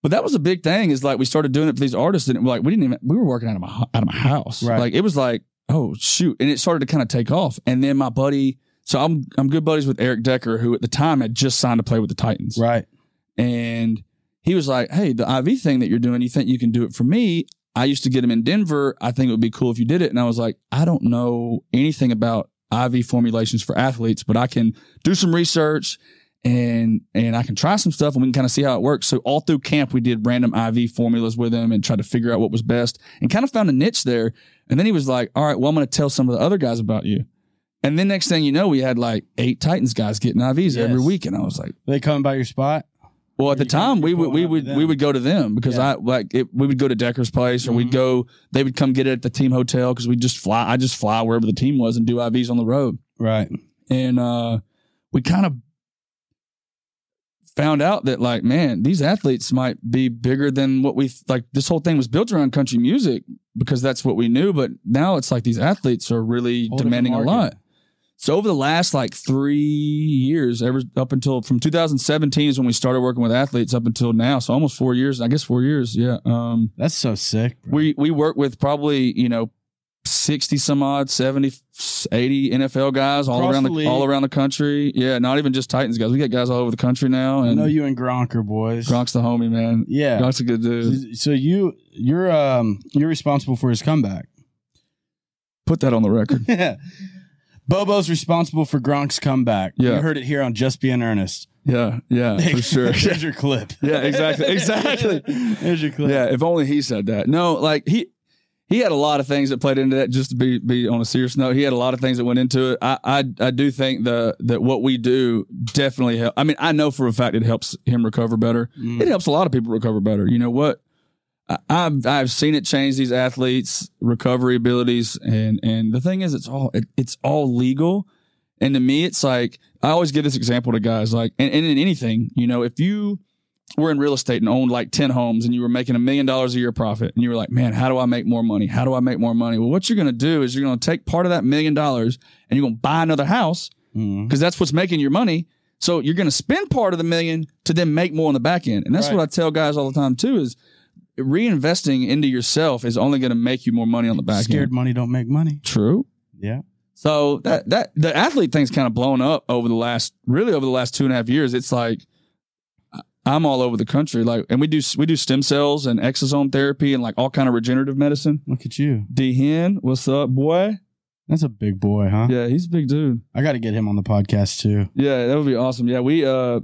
Speaker 2: but that was a big thing. Is like we started doing it for these artists, and it, like we didn't even we were working out of my hu- out of my house.
Speaker 1: Right.
Speaker 2: Like it was like oh shoot, and it started to kind of take off. And then my buddy, so I'm I'm good buddies with Eric Decker, who at the time had just signed to play with the Titans.
Speaker 1: Right.
Speaker 2: and he was like, "Hey, the IV thing that you're doing, you think you can do it for me?" I used to get him in Denver. I think it would be cool if you did it. And I was like, "I don't know anything about IV formulations for athletes, but I can do some research and and I can try some stuff and we can kind of see how it works." So all through camp, we did random IV formulas with him and tried to figure out what was best and kind of found a niche there. And then he was like, "All right, well, I'm going to tell some of the other guys about you." And then next thing you know, we had like eight Titans guys getting IVs every
Speaker 1: Yes.
Speaker 2: week, and I was like.
Speaker 1: They come by your spot.
Speaker 2: Well,
Speaker 1: Or
Speaker 2: at the
Speaker 1: you go-
Speaker 2: time,
Speaker 1: you
Speaker 2: we
Speaker 1: go
Speaker 2: would we
Speaker 1: out
Speaker 2: would
Speaker 1: to
Speaker 2: we
Speaker 1: them.
Speaker 2: would go to them because
Speaker 1: Yeah.
Speaker 2: I like it, we would go to Decker's place, or we'd
Speaker 1: Mhm.
Speaker 2: go. They would come get it at the team hotel because we just fly. I just fly wherever the team was and do IVs on the road,
Speaker 1: Right.
Speaker 2: and uh, we kind of found out that like man, these athletes might be bigger than what we th- like. This whole thing was built around country music because that's what we knew, but now it's like these athletes are really
Speaker 1: Whole different
Speaker 2: demanding a
Speaker 1: market.
Speaker 2: lot. So over the last like three years, ever up until from 2017 is when we started working with athletes up until now. So almost four years, I guess four years. Yeah. Um,
Speaker 1: That's so sick. bro.
Speaker 2: we, we work with probably, you know, 60 some odd, 70, 80 NFL guys all
Speaker 1: Across
Speaker 2: around the,
Speaker 1: the league.
Speaker 2: all around the country. Yeah. Not even just Titans guys. We got guys all over the country now.
Speaker 1: I
Speaker 2: And
Speaker 1: know you and Gronk are boys.
Speaker 2: Gronk's the homie, man.
Speaker 1: Yeah.
Speaker 2: Gronk's a good dude.
Speaker 1: So you you're um you're responsible for his comeback.
Speaker 2: Put that on the record.
Speaker 1: Yeah. Bobo's responsible for Gronk's comeback.
Speaker 2: Yeah.
Speaker 1: You heard it here on Just Be in Earnest.
Speaker 2: Yeah. Yeah. For sure.
Speaker 1: There's your clip.
Speaker 2: Yeah, exactly. Exactly.
Speaker 1: There's your clip.
Speaker 2: Yeah, if only he said that. No, like he he had a lot of things that played into that. Just to be be on a serious note, he had a lot of things that went into it. I I, I do think the that what we do definitely help. I mean, I know for a fact it helps him recover better.
Speaker 1: Mm.
Speaker 2: It helps a lot of people recover better. You know what? I- I've I've seen it change these athletes' recovery abilities, and and the thing is, it's all it, it's all legal. And to me, it's like I always give this example to guys, like, and, and in anything, you know, if you were in real estate and owned like ten homes, and you were making a million dollars a year profit, and you were like, man, how do I make more money? How do I make more money? Well, what you're gonna do is you're gonna take part of that million dollars, and you're gonna buy another house
Speaker 1: Mm-hmm.
Speaker 2: because that's what's making your money. So you're going to spend part of the million to then make more on the back end. And that's
Speaker 1: Right.
Speaker 2: what I tell guys all the time too is reinvesting into yourself is only going to make you more money on the back
Speaker 1: Scared
Speaker 2: end.
Speaker 1: money don't make money.
Speaker 2: True.
Speaker 1: Yeah.
Speaker 2: So that that the athlete thing's kind of blown up over the last really over the last two and a half years. It's like I- I'm all over the country, like, and we do we do stem cells and exosome therapy and like all kind of regenerative medicine.
Speaker 1: Look at you.
Speaker 2: D Hen, what's up, boy?
Speaker 1: That's a big boy, huh?
Speaker 2: Yeah, he's a big dude.
Speaker 1: I got to get him on the podcast too.
Speaker 2: Yeah, that would be awesome. Yeah, we uh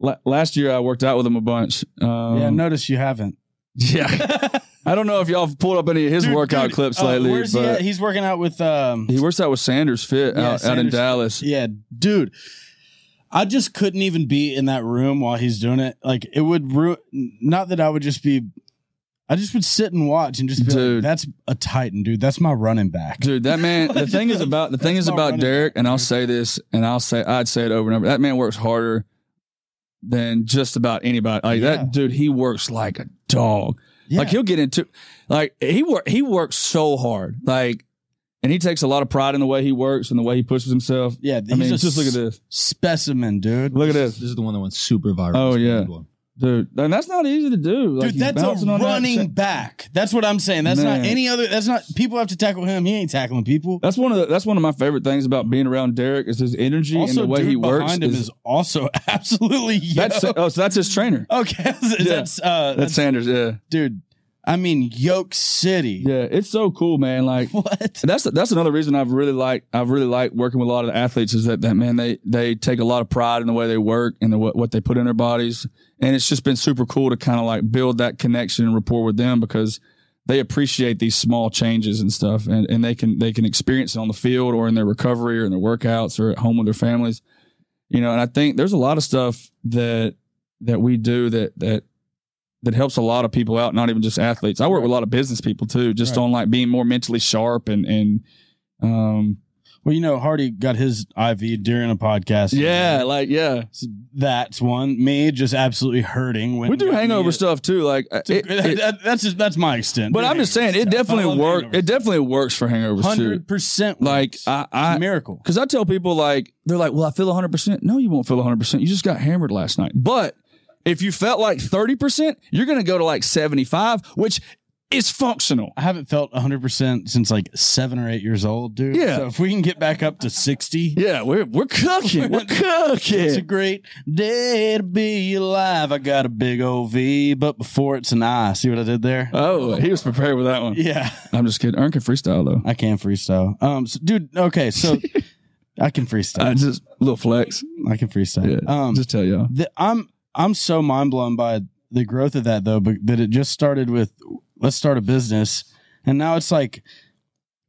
Speaker 2: la- last year I worked out with him a bunch. Um,
Speaker 1: yeah, notice you haven't.
Speaker 2: yeah. I don't know if y'all have pulled up any of his
Speaker 1: Dude,
Speaker 2: workout
Speaker 1: dude,
Speaker 2: clips
Speaker 1: uh,
Speaker 2: lately,
Speaker 1: Where's he
Speaker 2: but
Speaker 1: at?
Speaker 2: he,
Speaker 1: He's working out with um
Speaker 2: works out with Sanders Fit
Speaker 1: Yeah,
Speaker 2: out, out in
Speaker 1: Sanders-
Speaker 2: Dallas.
Speaker 1: Yeah, dude. I just couldn't even be in that room while he's doing it. Like it would ruin. Not that I would just be. I just would sit and watch and just be like,
Speaker 2: Dude.
Speaker 1: "That's a Titan, dude. That's my running back."
Speaker 2: Dude, that man. The thing is about the thing
Speaker 1: That's
Speaker 2: is
Speaker 1: not
Speaker 2: about
Speaker 1: running
Speaker 2: Derek,
Speaker 1: back,
Speaker 2: and I'll
Speaker 1: dude.
Speaker 2: say this, and I'll say I'd say it over and over. That man works harder than just about anybody. Like
Speaker 1: Yeah.
Speaker 2: that dude, he works like a dog.
Speaker 1: Yeah.
Speaker 2: Like he'll get into like he work he works so hard. Like and he takes a lot of pride in the way he works and the way he pushes himself.
Speaker 1: yeah.
Speaker 2: I
Speaker 1: he's
Speaker 2: mean,
Speaker 1: a
Speaker 2: just look at this.
Speaker 1: specimen, dude.
Speaker 2: Look at this.
Speaker 4: This is the one that went super viral.
Speaker 2: Oh,
Speaker 4: This
Speaker 2: yeah.
Speaker 4: big one.
Speaker 2: Dude, and that's not easy to do.
Speaker 1: Dude,
Speaker 2: Like, he's
Speaker 1: that's a
Speaker 2: bouncing on that
Speaker 1: running
Speaker 2: shit.
Speaker 1: back. That's what I'm saying. That's
Speaker 2: Man.
Speaker 1: not any other. That's not people have to tackle him. He ain't tackling people.
Speaker 2: That's one of the, that's one of my favorite things about being around Derek is his energy
Speaker 1: also,
Speaker 2: and the way
Speaker 1: dude
Speaker 2: he works.
Speaker 1: behind him is,
Speaker 2: is-
Speaker 1: also absolutely. Yo.
Speaker 2: that's oh, so that's his trainer.
Speaker 1: okay. That's, uh,
Speaker 2: That's Sanders. Yeah,
Speaker 1: dude. I mean, Yoke City.
Speaker 2: yeah. It's so cool, man. Like
Speaker 1: What?
Speaker 2: that's that's another reason I've really liked I've really liked working with a lot of the athletes is that that man they they take a lot of pride in the way they work and the, what what they put in their bodies, and it's just been super cool to kind of like build that connection and rapport with them because they appreciate these small changes and stuff, and and they can they can experience it on the field or in their recovery or in their workouts or at home with their families, you know. And I think there's a lot of stuff that that we do that that. That helps a lot of people out, not even just athletes. I work with a lot of business people too, just
Speaker 1: Right.
Speaker 2: on like being more mentally sharp and and um
Speaker 1: Well, you know, Hardy got his IV during a podcast.
Speaker 2: yeah, like yeah.
Speaker 1: That's one. Me just absolutely hurting. When
Speaker 2: We do hangover stuff too, like uh,
Speaker 1: It's a-
Speaker 2: it- it-
Speaker 1: that- that's just, that's my extent.
Speaker 2: but I'm just saying it definitely works. It definitely works for hangovers too.
Speaker 1: Hundred percent.
Speaker 2: Like I I
Speaker 1: miracle.
Speaker 2: cuz I tell people like they're like, "Well, I feel 100%." No, you won't feel 100%. You just got hammered last night. But if you felt like 30%, you're going to go to like 75, which is functional.
Speaker 1: I haven't felt 100% since like seven or eight years old, dude.
Speaker 2: Yeah.
Speaker 1: So if we can get back up to 60,
Speaker 2: Yeah, we're we're cooking. We're
Speaker 1: it's a
Speaker 2: cooking.
Speaker 1: great day to be alive. I got a big OV, but before it's an I. See what I did there?
Speaker 2: Oh, he was prepared with that one.
Speaker 1: yeah.
Speaker 2: I'm just kidding. Ern can freestyle though.
Speaker 1: I can freestyle. Um, so, dude, okay. So I can freestyle.
Speaker 2: I just little flex.
Speaker 1: I can freestyle.
Speaker 2: Yeah.
Speaker 1: um,
Speaker 2: just tell y'all.
Speaker 1: the, I'm I'm so mind blown by the growth of that though, but that it just started with let's start a business, and now it's like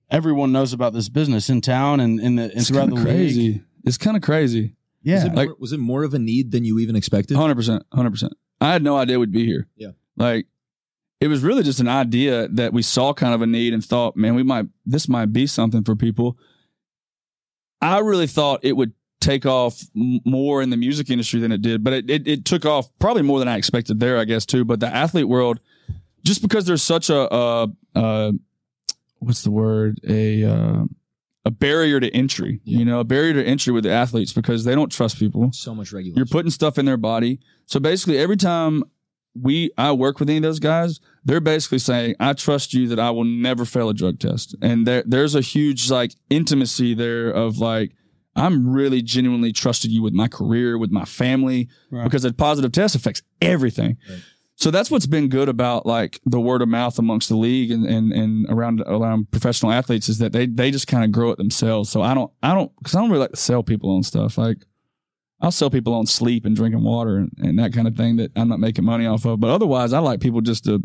Speaker 1: everyone knows about this business in town and in the and
Speaker 2: It's
Speaker 1: throughout
Speaker 2: kind
Speaker 1: the
Speaker 2: of crazy.
Speaker 1: league.
Speaker 2: It's kind of crazy.
Speaker 4: Was
Speaker 1: Yeah,
Speaker 4: it,
Speaker 2: Like-
Speaker 4: more, was it more of a need than you even expected?
Speaker 2: Hundred percent. Hundred percent. I had no idea we'd be here.
Speaker 4: Yeah.
Speaker 2: Like it was really just an idea that we saw kind of a need and thought, man, we might this might be something for people. I really thought it would take off m- more in the music industry than it did, but it, it it took off probably more than I expected there, I guess too. But the athlete world, just because there's such a uh uh what's the word a uh, a barrier to entry,
Speaker 4: Yeah.
Speaker 2: you know, a barrier to entry with the athletes because they don't trust people.
Speaker 4: So much regulation.
Speaker 2: You're putting stuff in their body. So basically, every time we I work with any of those guys, they're basically saying, "I trust you that I will never fail a drug test." And there, there's a huge like intimacy there of like, I'm really genuinely trusted you with my career, with my family,
Speaker 1: Right.
Speaker 2: because a positive test affects everything.
Speaker 4: Right.
Speaker 2: So that's what's been good about like the word of mouth amongst the league and and, and around around professional athletes is that they they just kind of grow it themselves. So I don't I don't because I don't really like to sell people on stuff like. I'll sell people on sleep and drinking water and, and that kind of thing that I'm not making money off of. But otherwise, I like people just to,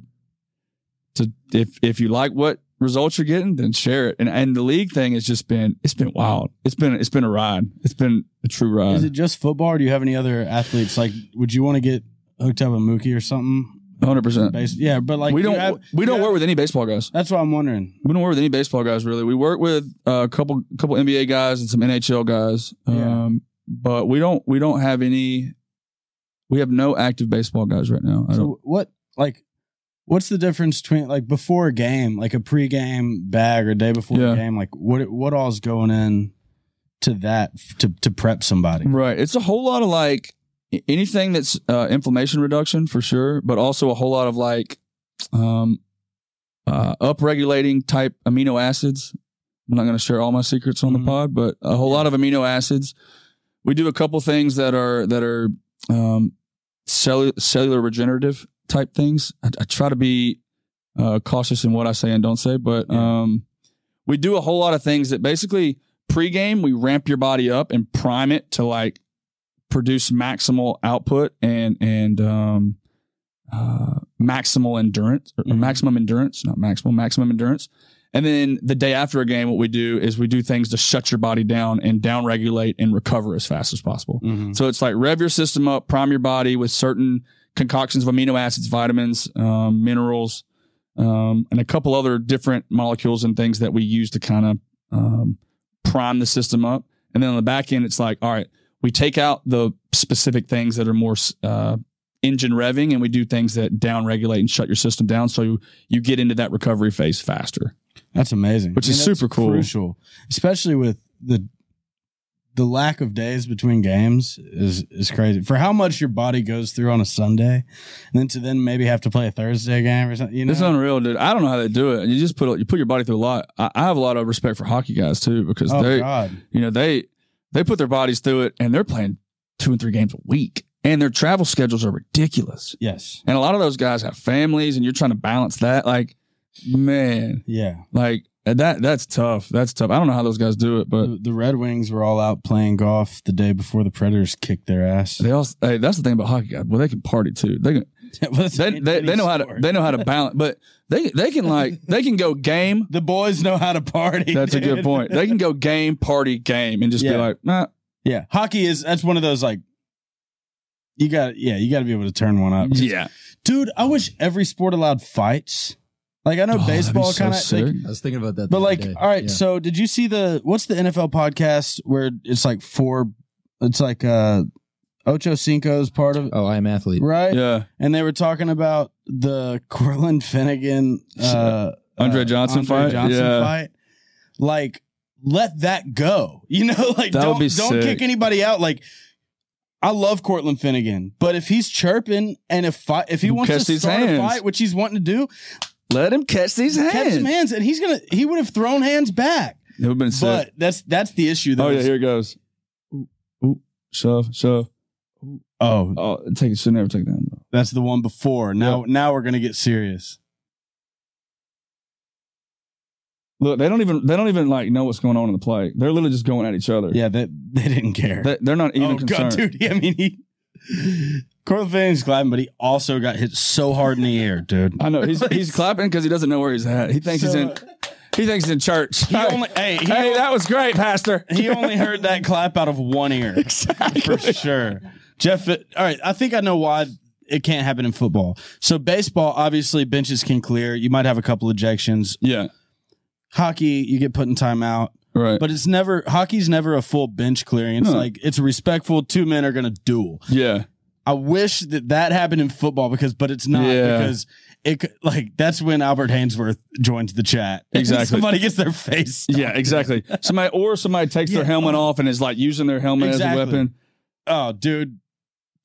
Speaker 2: to if if you like what results you're getting, then share it. And and the league thing has just been it's been wild. It's been it's been a ride. It's been a true ride.
Speaker 1: is it just football? Or do you have any other athletes? Like, would you want to get hooked up with Mookie or something?
Speaker 2: hundred percent.
Speaker 1: Base, yeah, but like
Speaker 2: we
Speaker 1: you
Speaker 2: don't
Speaker 1: have-
Speaker 2: we don't
Speaker 1: you
Speaker 2: work
Speaker 1: have-
Speaker 2: with any baseball guys.
Speaker 1: That's what I'm wondering.
Speaker 2: We don't work with any baseball guys really. We work with uh, a couple couple NBA guys and some NHL guys. Um,
Speaker 1: Yeah.
Speaker 2: But we don't we don't have any. We have no active baseball guys right now. I don't.
Speaker 1: So what like what's the difference between like before a game, like a pregame bag or day before
Speaker 2: Yeah.
Speaker 1: a game, like what what all's going in to that f- to to prep somebody?
Speaker 2: Right. It's a whole lot of like a- anything that's uh, inflammation reduction for sure, but also a whole lot of like um, uh, upregulating type amino acids. I'm not going to share all my secrets on
Speaker 1: Mhm.
Speaker 2: the pod, but a whole lot of amino acids. We do a couple things that are that are um, cellu- cellular regenerative type things. I, I try to be uh, cautious in what I say and don't say, but um, we do a whole lot of things that basically pregame we ramp your body up and prime it to like produce maximal output and and um, uh, maximal endurance or, or
Speaker 1: Mhm.
Speaker 2: maximum endurance, not maximum, maximum endurance. And then the day after a game, what we do is we do things to shut your body down and downregulate and recover as fast as possible.
Speaker 1: Mhm.
Speaker 2: So it's like rev your system up, prime your body with certain concoctions of amino acids, vitamins, um, minerals, um, and a couple other different molecules and things that we use to kind of um, prime the system up. And then on the back end, it's like, all right, we take out the specific things that are more uh, engine revving, and we do things that down regulate and shut your system down, so you, you get into that recovery phase faster.
Speaker 1: That's amazing.
Speaker 2: Which is
Speaker 1: that's
Speaker 2: super cool.
Speaker 1: Crucial. Especially with the the lack of days between games is is crazy. For how much your body goes through on a Sunday and then to then maybe have to play a Thursday game or something, you know.
Speaker 2: It's unreal, dude. I don't know how they do it. You just put you put your body through a lot. I, I have a lot of respect for hockey guys too because
Speaker 1: oh
Speaker 2: they
Speaker 1: god.
Speaker 2: you know they they put their bodies through it and they're playing two and three games a week and their travel schedules are ridiculous
Speaker 1: Yes.
Speaker 2: and a lot of those guys have families and you're trying to balance that like man
Speaker 1: Yeah.
Speaker 2: like that that's tough that's tough i don't know how those guys do it but
Speaker 1: the, the Red Wings were all out playing golf the day before the Predators kicked their ass.
Speaker 2: they all hey, that's the thing about hockey guys well they can party too they can they, they, they know how to they know how to balance but they they can like they can go game
Speaker 1: The boys know how to party.
Speaker 2: that's a good
Speaker 1: dude.
Speaker 2: point they can go game party game and just be
Speaker 1: Yeah.
Speaker 2: like nah,
Speaker 1: yeah, hockey is that's one of those like you got yeah you got to be able to turn one up.
Speaker 2: yeah
Speaker 1: dude, I wish every sport allowed fights. Like
Speaker 2: Oh,
Speaker 1: I know baseball kind of
Speaker 4: I was thinking about that. the
Speaker 1: But
Speaker 4: other
Speaker 1: like,
Speaker 4: day.
Speaker 1: all right.
Speaker 4: Yeah.
Speaker 1: So, did you see the what's the NFL podcast where it's like four? It's like uh, Ocho Cinco's part of it,
Speaker 4: oh, I am athlete.
Speaker 1: right?
Speaker 2: yeah
Speaker 1: And they were talking about the Corlin Finnegan, uh,
Speaker 2: Andre Johnson
Speaker 1: Andre
Speaker 2: fight?
Speaker 1: Johnson
Speaker 2: Yeah.
Speaker 1: fight. Like, let that go. You know, like
Speaker 2: That would
Speaker 1: don't
Speaker 2: be
Speaker 1: don't
Speaker 2: sick.
Speaker 1: kick anybody out. Like, I love Cortland Finnegan, but if he's chirping and if fi- if he wants
Speaker 2: Catch
Speaker 1: to
Speaker 2: these
Speaker 1: start a
Speaker 2: hands.
Speaker 1: fight, which he's wanting to do,
Speaker 2: let him catch these hands
Speaker 1: catch some hands, and he's gonna he would have thrown hands back.
Speaker 2: it would have been sick
Speaker 1: But that's that's the issue. Though.
Speaker 2: Oh yeah, here it goes. Ooh, ooh, shove, shove.
Speaker 1: oh,
Speaker 2: Oh, take it. Should never take that. Bro.
Speaker 1: that's the one before. Now now we're gonna get serious.
Speaker 2: Look, they don't even they don't even like know what's going on in the play. They're literally just going at each other.
Speaker 1: Yeah, that they didn't care.
Speaker 2: they, they're not even
Speaker 1: oh
Speaker 2: concerned.
Speaker 1: god, dude! I mean, he Cortland Finnegan's clapping, but he also got hit so hard in the ear, dude.
Speaker 2: I know he's he's clapping because he doesn't know where he's at. He thinks he's
Speaker 1: So-
Speaker 2: in he thinks he's in church.
Speaker 1: He only hey he,
Speaker 2: hey, that was great, Pastor.
Speaker 1: he only heard that clap out of one ear for sure. Jeff, all right, I think I know why it can't happen in football. So baseball, obviously, benches can clear. You might have a couple ejections.
Speaker 2: yeah,
Speaker 1: Hockey, you get put in timeout.
Speaker 2: right.
Speaker 1: But it's never hockey's never a full bench clearing. It's
Speaker 2: No.
Speaker 1: like it's respectful. Two men are gonna duel.
Speaker 2: yeah,
Speaker 1: I wish that that happened in football because, but it's not
Speaker 2: Yeah.
Speaker 1: because it c- like that's when Albert Hainsworth joins the chat. And
Speaker 2: Exactly.
Speaker 1: somebody gets their face.
Speaker 2: yeah, exactly. Somebody or somebody takes
Speaker 1: Yeah.
Speaker 2: their helmet off and is like using their helmet
Speaker 1: Exactly.
Speaker 2: as a weapon.
Speaker 1: Oh, dude,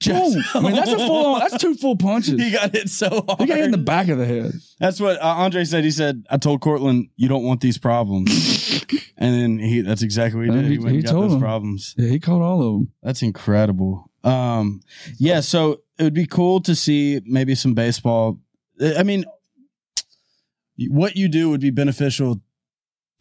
Speaker 1: just
Speaker 2: Boom. I mean, that's a full on. That's two full punches.
Speaker 1: he got hit so hard.
Speaker 2: He got hit in the back of the head.
Speaker 1: That's what uh, Andre said. He said, "I told Cortland you don't want these problems," and then he that's exactly what he
Speaker 2: Uh,
Speaker 1: did. He,
Speaker 2: he-
Speaker 1: went and
Speaker 2: he
Speaker 1: got
Speaker 2: told
Speaker 1: those
Speaker 2: him.
Speaker 1: problems.
Speaker 2: Yeah, he caught all of them.
Speaker 1: That's incredible. Um, yeah, so it would be cool to see maybe some baseball. Uh, I mean, what you do would be beneficial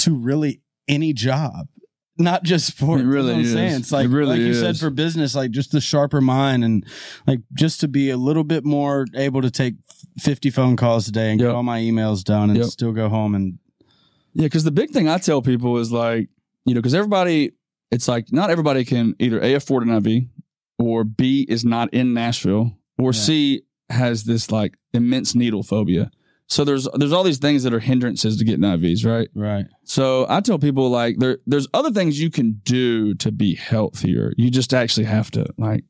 Speaker 1: to really any job, not just sports.
Speaker 2: It really
Speaker 1: That's what I'm
Speaker 2: is.
Speaker 1: Saying. It's like,
Speaker 2: It really
Speaker 1: like you said
Speaker 2: is.
Speaker 1: for business, like just the sharper mind and like just to be a little bit more able to take 50 phone calls a day and get
Speaker 2: Yep.
Speaker 1: all my emails done and
Speaker 2: Yep.
Speaker 1: still go home and
Speaker 2: Yeah, because the big thing I tell people is like, you know, because everybody, it's like not everybody can either A afford an IV, or B is not in Nashville, or
Speaker 1: Yeah.
Speaker 2: C has this like immense needle phobia. So there's there's all these things that are hindrances to getting IVs, right?
Speaker 1: Right.
Speaker 2: So I tell people like there there's other things you can do to be healthier. You just actually have to like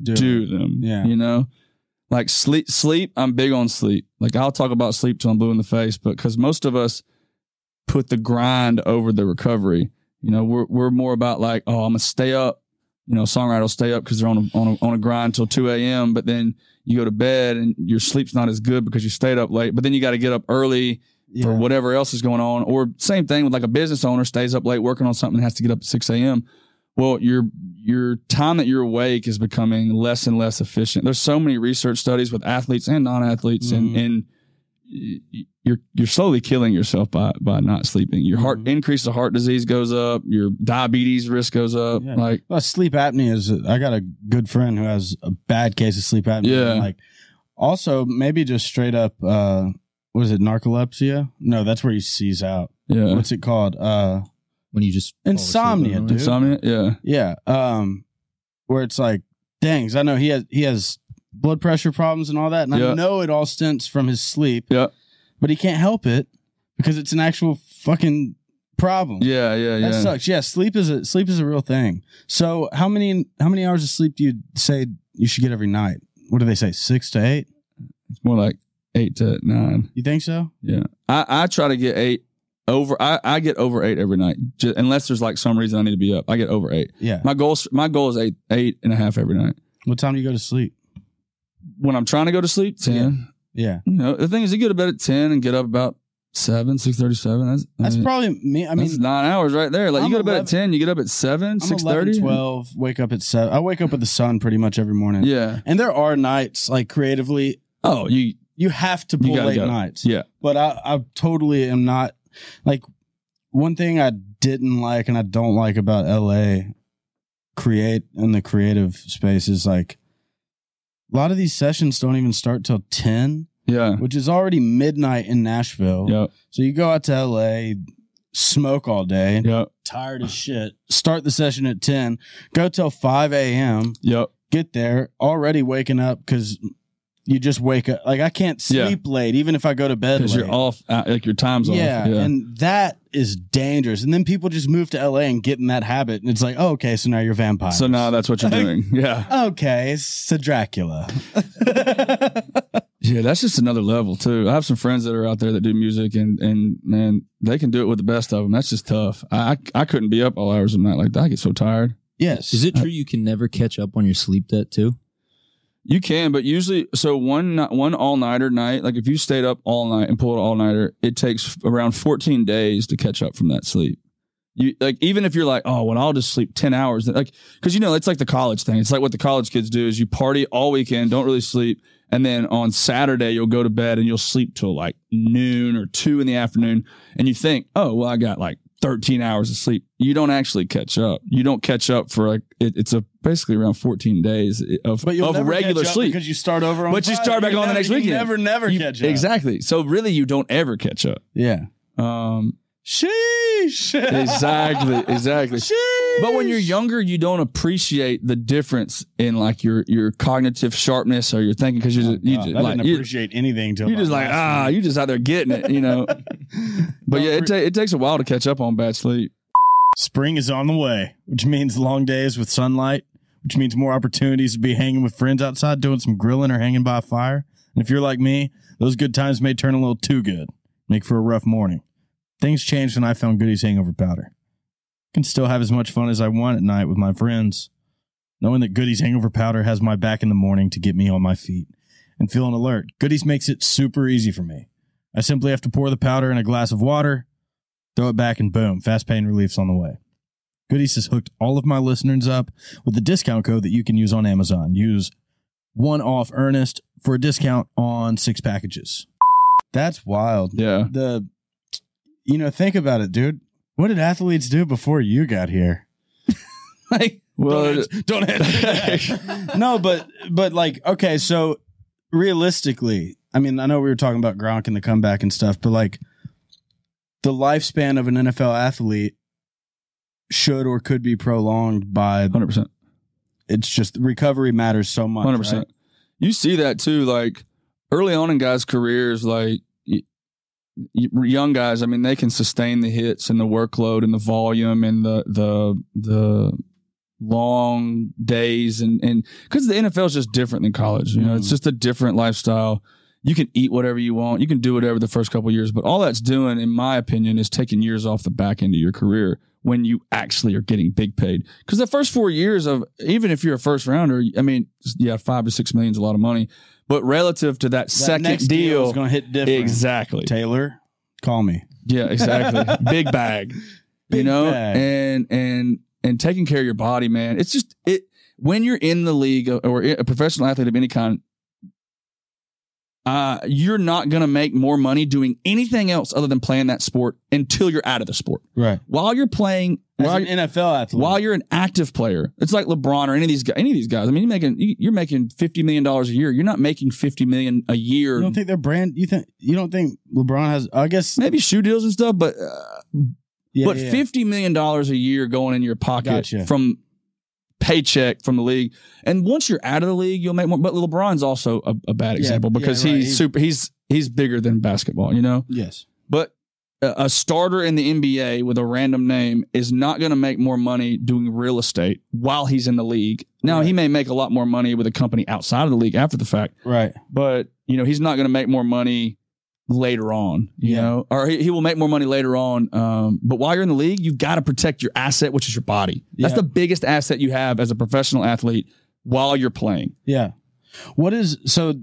Speaker 1: Dude.
Speaker 2: do them.
Speaker 1: Yeah.
Speaker 2: You know, like sleep, sleep. I'm big on sleep. Like I'll talk about sleep till I'm blue in the face, but because most of us put the grind over the recovery. You know, we're we're more about like, oh, I'm gonna stay up. You know, songwriter will stay up because they're on a, on a, on a grind till 2 a.m. But then you go to bed and your sleep's not as good because you stayed up late. But then you got to get up early
Speaker 1: Yeah.
Speaker 2: for whatever else is going on. Or same thing with like a business owner stays up late working on something and has to get up at 6 a.m. Well, your your time that you're awake is becoming less and less efficient. There's so many research studies with athletes and non-athletes, and
Speaker 1: Mhm.
Speaker 2: and y- y- you're you're slowly killing yourself by by not sleeping. Your heart
Speaker 1: Mhm.
Speaker 2: increase of heart disease goes up. Your diabetes risk goes up.
Speaker 1: Yeah.
Speaker 2: Like
Speaker 1: Well, sleep apnea is. I got a good friend who has a bad case of sleep apnea.
Speaker 2: Yeah.
Speaker 1: And, Like, also maybe just straight up. uh Was it narcolepsia? No, that's where you seize out.
Speaker 2: yeah,
Speaker 1: What's it called? Uh
Speaker 4: when you just fall asleep
Speaker 1: Insomnia,
Speaker 4: overnight.
Speaker 1: dude.
Speaker 2: insomnia.
Speaker 1: Yeah.
Speaker 2: Yeah,
Speaker 1: Um, where it's like, dangs, I know he has he has blood pressure problems and all that, and I
Speaker 2: Yeah.
Speaker 1: know it all stems from his sleep.
Speaker 2: Yeah.
Speaker 1: But he can't help it because it's an actual fucking problem.
Speaker 2: yeah, yeah, yeah.
Speaker 1: That sucks. Yeah, sleep is a sleep is a real thing. So how many how many hours of sleep do you say you should get every night? What do they say? Six to eight?
Speaker 2: It's more like eight to nine.
Speaker 1: You think so?
Speaker 2: I, I try to get eight over. I, I get over eight every night, ju- unless there's like some reason I need to be up. I get over eight.
Speaker 1: Yeah.
Speaker 2: My goal, my goal is eight, eight and a half every night.
Speaker 1: What time do you go to sleep?
Speaker 2: When I'm trying to go to sleep, ten.
Speaker 1: Yeah.
Speaker 2: You know, the thing is, you go to bed at ten and get up about seven, six thirty-seven. That's I
Speaker 1: That's
Speaker 2: mean,
Speaker 1: probably me. I mean,
Speaker 2: Uh, that's nine hours right there. Like
Speaker 1: I'm
Speaker 2: you go to bed
Speaker 1: 11
Speaker 2: at ten, you get up at seven,
Speaker 1: I'm
Speaker 2: six
Speaker 1: 11,
Speaker 2: thirty.
Speaker 1: 12, wake up at seven. I wake up with the sun pretty much every morning.
Speaker 2: Yeah.
Speaker 1: And there are nights like creatively,
Speaker 2: Oh, you.
Speaker 1: you have to
Speaker 2: You
Speaker 1: pull
Speaker 2: gotta
Speaker 1: late
Speaker 2: go.
Speaker 1: nights.
Speaker 2: Yeah.
Speaker 1: But I, I totally am not like one thing I didn't like and I don't like about LA create in the creative space is like a lot of these sessions don't even start till 10,
Speaker 2: Yeah.
Speaker 1: which is already midnight in Nashville.
Speaker 2: Yep.
Speaker 1: So you go out to LA, smoke all day,
Speaker 2: Yep.
Speaker 1: tired as shit, start the session at 10, go till 5 a.m
Speaker 2: Yep.
Speaker 1: get there already waking up because you just wake up like i can't
Speaker 2: Yeah.
Speaker 1: sleep late even if i go to bed
Speaker 2: Because
Speaker 1: late.
Speaker 2: you're off. uh, Like your time's
Speaker 1: yeah,
Speaker 2: off. Yeah.
Speaker 1: and that is dangerous and then people just move to la and get in that habit and it's like oh, okay so now you're vampires
Speaker 2: so now that's what you're doing. Yeah.
Speaker 1: okay so dracula
Speaker 2: Yeah, that's just another level too. I have some friends that are out there that do music, and and man, they can do it with the best of them. That's just tough. I I, I couldn't be up all hours of the night like that. I get so tired.
Speaker 1: yes
Speaker 4: Is it true you can never catch up on your sleep debt too?
Speaker 2: You can, but usually, so one ni- one all nighter night, like if you stayed up all night and pulled an all nighter, it takes around fourteen days to catch up from that sleep. You like even if you're like, oh, well, I'll just sleep ten hours, like because you know it's like the college thing. It's like what the college kids do is you party all weekend, don't really sleep, and then on Saturday you'll go to bed and you'll sleep till like noon or two in the afternoon, and you think, oh, well, I got like thirteen hours of sleep. You don't actually catch up. You don't catch up for like it, it's a basically around fourteen days of
Speaker 1: but you'll
Speaker 2: of
Speaker 1: never
Speaker 2: regular
Speaker 1: catch up
Speaker 2: sleep
Speaker 1: because you start over on
Speaker 2: But you
Speaker 1: Friday.
Speaker 2: start back on the
Speaker 1: never-
Speaker 2: next
Speaker 1: you
Speaker 2: weekend.
Speaker 1: never never
Speaker 2: you-
Speaker 1: catch up
Speaker 2: Exactly. So really, you don't ever catch up.
Speaker 1: yeah
Speaker 2: Um,
Speaker 1: sheesh
Speaker 2: exactly, exactly.
Speaker 1: sheesh
Speaker 2: But when you're younger, you don't appreciate the difference in like your your cognitive sharpness or your thinking because
Speaker 1: Oh,
Speaker 2: you're just, you
Speaker 1: God,
Speaker 2: just
Speaker 1: I
Speaker 2: like
Speaker 1: didn't
Speaker 2: you,
Speaker 1: appreciate anything till
Speaker 2: you're just
Speaker 1: my
Speaker 2: like
Speaker 1: last
Speaker 2: ah,
Speaker 1: night.
Speaker 2: you just out there getting it, you know. but yeah, it, ta- it takes a while to catch up on bad sleep.
Speaker 1: Spring is on the way, which means long days with sunlight, which means more opportunities to be hanging with friends outside, doing some grilling or hanging by a fire. And if you're like me, those good times may turn a little too good, make for a rough morning. Things changed when I found Goody's Hangover Powder. I can still have as much fun as I want at night with my friends, knowing that Goody's Hangover Powder has my back in the morning to get me on my feet and feeling alert. Goody's makes it super easy for me. I simply have to pour the powder in a glass of water, throw it back, and boom, fast pain relief's on the way. Goodies has hooked all of my listeners up with a discount code that you can use on Amazon. Use one off earnest for a discount on six packages. That's wild.
Speaker 2: Yeah,
Speaker 1: The you know, think about it, dude. What did athletes do before you got here? like
Speaker 2: well,
Speaker 1: don't ans- don't answer that. no, but but like okay, so realistically, I mean, I know we were talking about Gronk and the comeback and stuff, but like the lifespan of an NFL athlete should or could be prolonged by
Speaker 2: hundred percent,
Speaker 1: it's just recovery matters so much.
Speaker 2: hundred
Speaker 1: right?
Speaker 2: percent. you see that too. Like early on in guys' careers, like y- y- young guys, I mean, they can sustain the hits and the workload and the volume and the the the long days and and because the NFL is just different than college. You know, it's
Speaker 1: Mhm.
Speaker 2: just a different lifestyle. You can eat whatever you want. You can do whatever the first couple of years, but all that's doing, in my opinion, is taking years off the back end of your career when you actually are getting big paid. Because the first four years of even if you're a first rounder, I mean, yeah, five to six million is a lot of money, but relative to that,
Speaker 1: That
Speaker 2: second
Speaker 1: next
Speaker 2: deal,
Speaker 1: is going to hit different.
Speaker 2: exactly,
Speaker 1: Taylor, call me.
Speaker 2: yeah, exactly, big bag, you
Speaker 1: Big
Speaker 2: know,
Speaker 1: bag.
Speaker 2: and and and taking care of your body, man. It's just it when you're in the league or a professional athlete of any kind. Uh, you're not gonna make more money doing anything else other than playing that sport until you're out of the sport.
Speaker 1: Right.
Speaker 2: While you're playing,
Speaker 1: As
Speaker 2: while
Speaker 1: an NFL athlete.
Speaker 2: while you're an active player, it's like LeBron or any of these guys. Any of these guys. I mean, you're making you- you're making fifty million dollars a year. You're not making fifty million a year.
Speaker 1: You don't think their brand? You think you don't think LeBron has? I guess.
Speaker 2: Maybe shoe deals and stuff, but uh,
Speaker 1: Yeah,
Speaker 2: but
Speaker 1: yeah.
Speaker 2: fifty million dollars a year going in your pocket
Speaker 1: Gotcha.
Speaker 2: from paycheck from the league. And once you're out of the league, you'll make more. But LeBron's also a, a bad
Speaker 1: Yeah,
Speaker 2: example
Speaker 1: yeah,
Speaker 2: because
Speaker 1: right.
Speaker 2: he's
Speaker 1: He's-
Speaker 2: super. He's he's bigger than basketball. You know.
Speaker 1: Yes.
Speaker 2: But a, a starter in the NBA with a random name is not going to make more money doing real estate while he's in the league. Now he may make a lot more money with a company outside of the league after the fact,
Speaker 1: Right.
Speaker 2: but you know he's not going to make more money later on. You
Speaker 1: Yeah.
Speaker 2: know, or he, he will make more money later on. Um, but while you're in the league, you've got to protect your asset, which is your body. That's
Speaker 1: Yeah.
Speaker 2: the biggest asset you have as a professional athlete while you're playing.
Speaker 1: Yeah. What is so?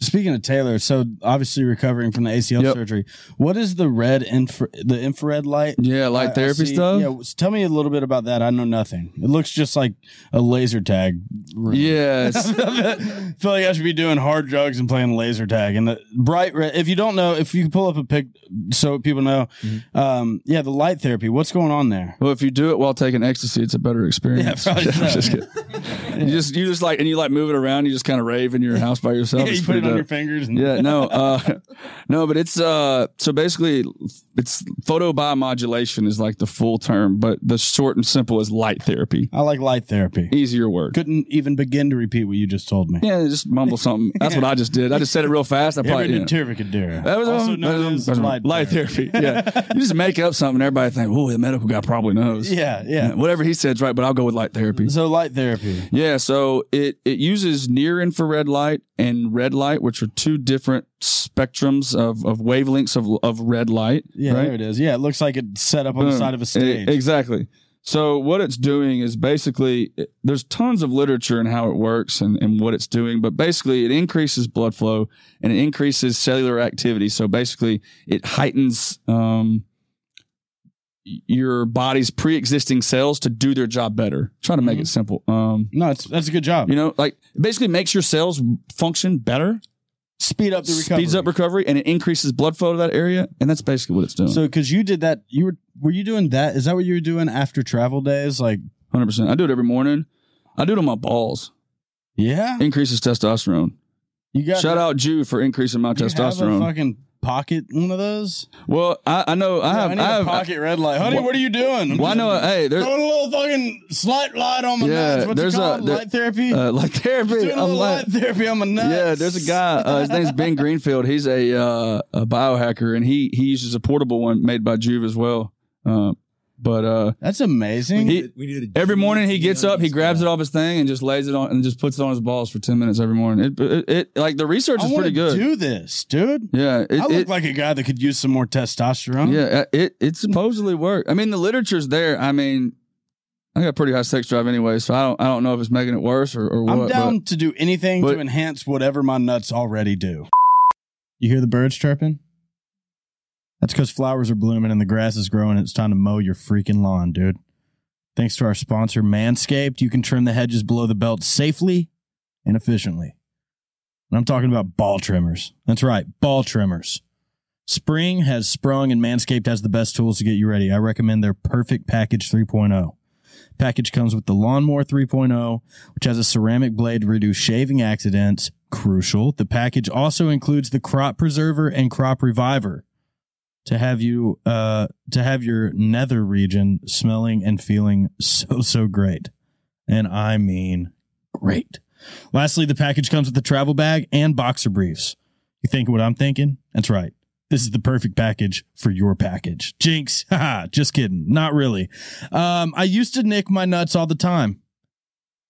Speaker 1: Speaking of Taylor, so obviously recovering from the ACL
Speaker 2: Yep.
Speaker 1: surgery. What is the red infra, the infrared light?
Speaker 2: Yeah, light
Speaker 1: I- I
Speaker 2: therapy
Speaker 1: see-
Speaker 2: stuff.
Speaker 1: Yeah. w- Tell me a little bit about that. I know nothing. It looks just like a laser tag. room.
Speaker 2: Yes.
Speaker 1: I feel like I should be doing hard drugs and playing laser tag. And the bright red, if you don't know, if you can pull up a pic so people know,
Speaker 2: Mm-hmm.
Speaker 1: um, yeah, the light therapy, what's going on there?
Speaker 2: Well, if you do it while taking ecstasy, it's a better experience.
Speaker 1: Yeah, probably so.
Speaker 2: I'm just kidding. You just you just like and you like move it around. You just kind of rave in your house by yourself.
Speaker 1: Yeah,
Speaker 2: It's
Speaker 1: you put it
Speaker 2: pretty
Speaker 1: on
Speaker 2: dope.
Speaker 1: your fingers. And,
Speaker 2: Yeah, no, uh, no, but it's uh, so basically, it's photobiomodulation is like the full term, but the short and simple is light therapy.
Speaker 1: I like light therapy.
Speaker 2: Easier word.
Speaker 1: Couldn't even begin to repeat what you just told me.
Speaker 2: Yeah, just mumble something. That's what I just did. I just said it real fast. I probably
Speaker 1: Every
Speaker 2: yeah.
Speaker 1: Terva Kadira.
Speaker 2: That was
Speaker 1: also
Speaker 2: um, that
Speaker 1: known
Speaker 2: was-
Speaker 1: as
Speaker 2: um,
Speaker 1: light,
Speaker 2: light therapy. Yeah, you just make up something. Everybody think, oh, the medical guy probably knows.
Speaker 1: Yeah, yeah.
Speaker 2: whatever he said's right, but I'll go with light therapy.
Speaker 1: So light therapy.
Speaker 2: Yeah, so it it uses near infrared light and red light, which are two different spectrums of, of wavelengths of of red light.
Speaker 1: Yeah,
Speaker 2: right?
Speaker 1: there it is. Yeah, it looks like it's set up on the
Speaker 2: Boom.
Speaker 1: side of a
Speaker 2: E-
Speaker 1: stage.
Speaker 2: Exactly. So what it's doing is basically it- there's tons of literature and how it works and, and what it's doing, but basically it increases blood flow and it increases cellular activity. So basically it heightens um, y- your body's pre-existing cells to do their job better. Try to make
Speaker 1: Mm-hmm.
Speaker 2: it simple. Um,
Speaker 1: no, it's, that's a good job.
Speaker 2: you know, like it basically makes your cells function better,
Speaker 1: Speed up the recovery.
Speaker 2: speeds up recovery, and it increases blood flow to that area. And that's basically what it's doing.
Speaker 1: So, because you did that, you were were you doing that? Is that what you were doing after travel days? Like,
Speaker 2: 100%. I do it every morning. I do it on my balls.
Speaker 1: yeah,
Speaker 2: Increases testosterone.
Speaker 1: you got
Speaker 2: Shout out Jew for increasing my
Speaker 1: do you have a
Speaker 2: testosterone.
Speaker 1: fucking pocket one of those.
Speaker 2: well, I, I know I
Speaker 1: Yeah,
Speaker 2: have.
Speaker 1: I
Speaker 2: I,
Speaker 1: need a
Speaker 2: have.
Speaker 1: pocket red light, honey.
Speaker 2: Wha-
Speaker 1: What are you doing? I'm
Speaker 2: well, I
Speaker 1: just
Speaker 2: know. Hey, there's
Speaker 1: Throwing a little fucking slight light on my
Speaker 2: Yeah,
Speaker 1: nuts. What's
Speaker 2: there's
Speaker 1: it
Speaker 2: a-
Speaker 1: called?
Speaker 2: there-
Speaker 1: light therapy.
Speaker 2: uh, like therapy.
Speaker 1: Doing a
Speaker 2: I'm
Speaker 1: little
Speaker 2: like,
Speaker 1: light therapy on my nuts.
Speaker 2: yeah, there's a guy. Uh, his name's Ben Greenfield. He's a uh, a biohacker, and he he uses a portable one made by Juve as well. Uh, but uh,
Speaker 1: That's amazing.
Speaker 2: He- Every morning he gets up, he
Speaker 4: uh,
Speaker 2: grabs it off his thing and just lays it on and just puts it on his balls for ten minutes every morning. It, it, it like the research
Speaker 1: I
Speaker 2: is
Speaker 1: want to
Speaker 2: pretty good.
Speaker 1: do this, dude.
Speaker 2: yeah, it,
Speaker 1: I look
Speaker 2: it-
Speaker 1: like a guy that could use some more testosterone.
Speaker 2: yeah, it it supposedly worked. I mean, the literature's there. I mean, I got pretty high sex drive anyway, so I don't I don't know if it's making it worse or, or
Speaker 1: I'm
Speaker 2: what.
Speaker 1: down to do anything
Speaker 2: but-
Speaker 1: to enhance whatever my nuts already do. You hear the birds chirping? That's because flowers are blooming and the grass is growing. And it's time to mow your freaking lawn, dude. Thanks to our sponsor, Manscaped, you can trim the hedges below the belt safely and efficiently. And I'm talking about ball trimmers. That's right, ball trimmers. Spring has sprung, and Manscaped has the best tools to get you ready. I recommend their Perfect Package 3.0. Package comes with the Lawnmower oh, 3.0, which has a ceramic blade to reduce shaving accidents. Crucial. The package also includes the crop preserver and crop reviver to have you uh, to have your nether region smelling and feeling so so great, and I mean great. Lastly, the package comes with a travel bag and boxer briefs. You thinking what I'm thinking? That's right. This is the perfect package for your package. Jinx. Haha, just kidding. Not really. Um, I used to nick my nuts all the time.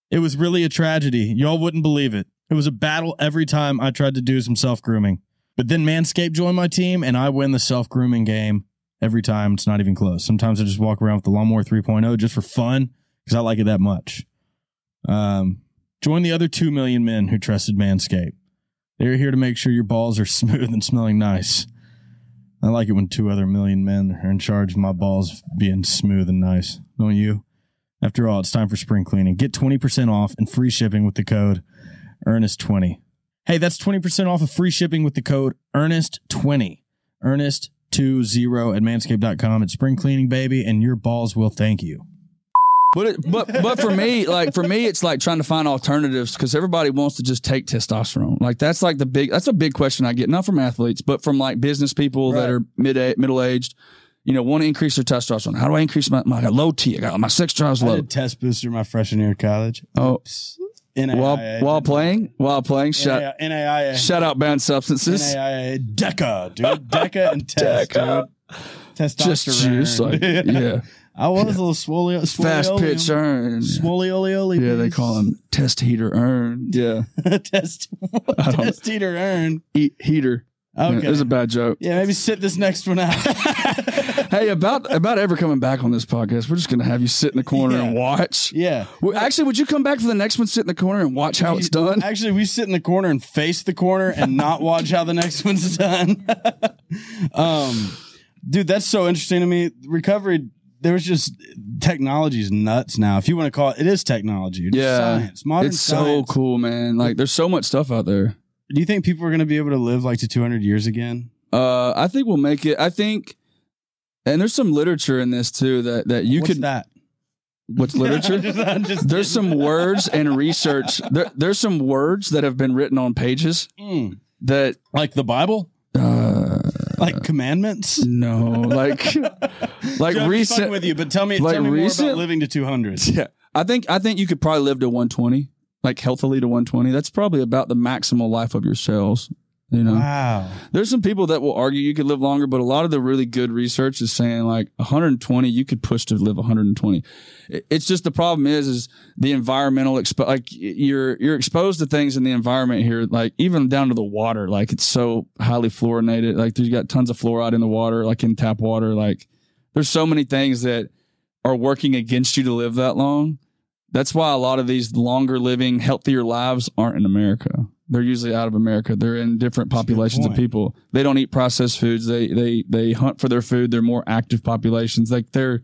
Speaker 1: It was really a tragedy. Y'all wouldn't believe it. It was a battle every time I tried to do some self grooming. But then Manscaped joined my team and I win the self grooming game every time. It's not even close. Sometimes I just walk around with the Lawnmower 3.0 just for fun because I like it that much. Um, join the other 2 million men who trusted Manscaped. They're here to make sure your balls are smooth and smelling nice. I like it when two other million men are in charge of my balls being smooth and nice. Don't you? After all, it's time for spring cleaning. Get 20% off and free shipping with the code Earnest20. Hey, that's 20% off of free shipping with the code Earnest20. Earnest20 at manscaped.com. It's spring cleaning, baby, and your balls will thank you.
Speaker 2: But it, but but for me, like for me, it's like trying to find alternatives because everybody wants to just take testosterone. Like that's like the big that's a big question I get not from athletes, but from like business people that are mid middle aged. You know, want to increase their testosterone. How do I increase my my low T? I got my sex drives
Speaker 5: I
Speaker 2: low.
Speaker 5: did test booster my freshman year of college.
Speaker 2: Oh,
Speaker 5: NAIA.
Speaker 2: while while playing while playing, shout
Speaker 5: NAIA.
Speaker 2: shout out bound substances.
Speaker 5: NAIA. DECA, dude. DECA and test,
Speaker 2: Deca.
Speaker 5: dude. Testosterone.
Speaker 2: Just juice, like yeah,
Speaker 5: I was a little swollen.
Speaker 2: fast pitch earn.
Speaker 5: Swolly oli oli.
Speaker 2: Yeah, they call him test heater earn. Yeah,
Speaker 5: him test.
Speaker 2: I don't-
Speaker 5: test eater earn.
Speaker 2: eat heater. Oh. Yeah, it
Speaker 5: Okay.
Speaker 2: was a bad joke.
Speaker 5: Yeah, maybe sit this next one out.
Speaker 2: Hey, about about ever coming back on this podcast, we're just gonna have you sit in the corner and watch.
Speaker 5: yeah.
Speaker 2: Well, actually, would you come back for the next one? Sit in the corner and watch how it's done.
Speaker 5: Actually, we sit in the corner and face the corner and not watch how the next one's done. um, dude, that's so interesting to me. Recovery, there's just technology's nuts now. If you want to call it, it is technology. It's
Speaker 2: Yeah.
Speaker 5: science, modern
Speaker 2: It's so
Speaker 5: science.
Speaker 2: cool, man. Like, there's so much stuff out there.
Speaker 5: Do you think people are going to be able to live like to 200 years again?
Speaker 2: Uh, I think we'll make it. I think, and there's some literature in this too that that you
Speaker 5: What's
Speaker 2: could.
Speaker 5: that
Speaker 2: What's literature?
Speaker 5: I'm just
Speaker 2: there's some words and research. There, there's some words that have been written on pages
Speaker 5: Mm.
Speaker 2: that.
Speaker 5: like the Bible,
Speaker 2: Uh,
Speaker 5: like commandments.
Speaker 2: no, like, like
Speaker 5: Dude, I'm just fucking
Speaker 2: recent.
Speaker 5: with you, but tell me,
Speaker 2: like
Speaker 5: tell me more
Speaker 2: recent-
Speaker 5: about living to 200.
Speaker 2: Yeah, I think I think you could probably live to 120, like healthily to 120. That's probably about the maximal life of your cells. You know,
Speaker 5: Wow.
Speaker 2: there's some people that will argue you could live longer, but a lot of the really good research is saying like 120, you could push to live 120. It- It's just the problem is is the environmental expo- like y- you're you're exposed to things in the environment here, like even down to the water, like it's so highly fluorinated, like there's got tons of fluoride in the water, like in tap water, like there's so many things that are working against you to live that long. That's why a lot of these longer living, healthier lives aren't in America. They're usually out of America. They're in different
Speaker 5: That's a good
Speaker 2: populations of
Speaker 5: point.
Speaker 2: people. They don't eat processed foods. They they they hunt for their food. They're more active populations. Like they're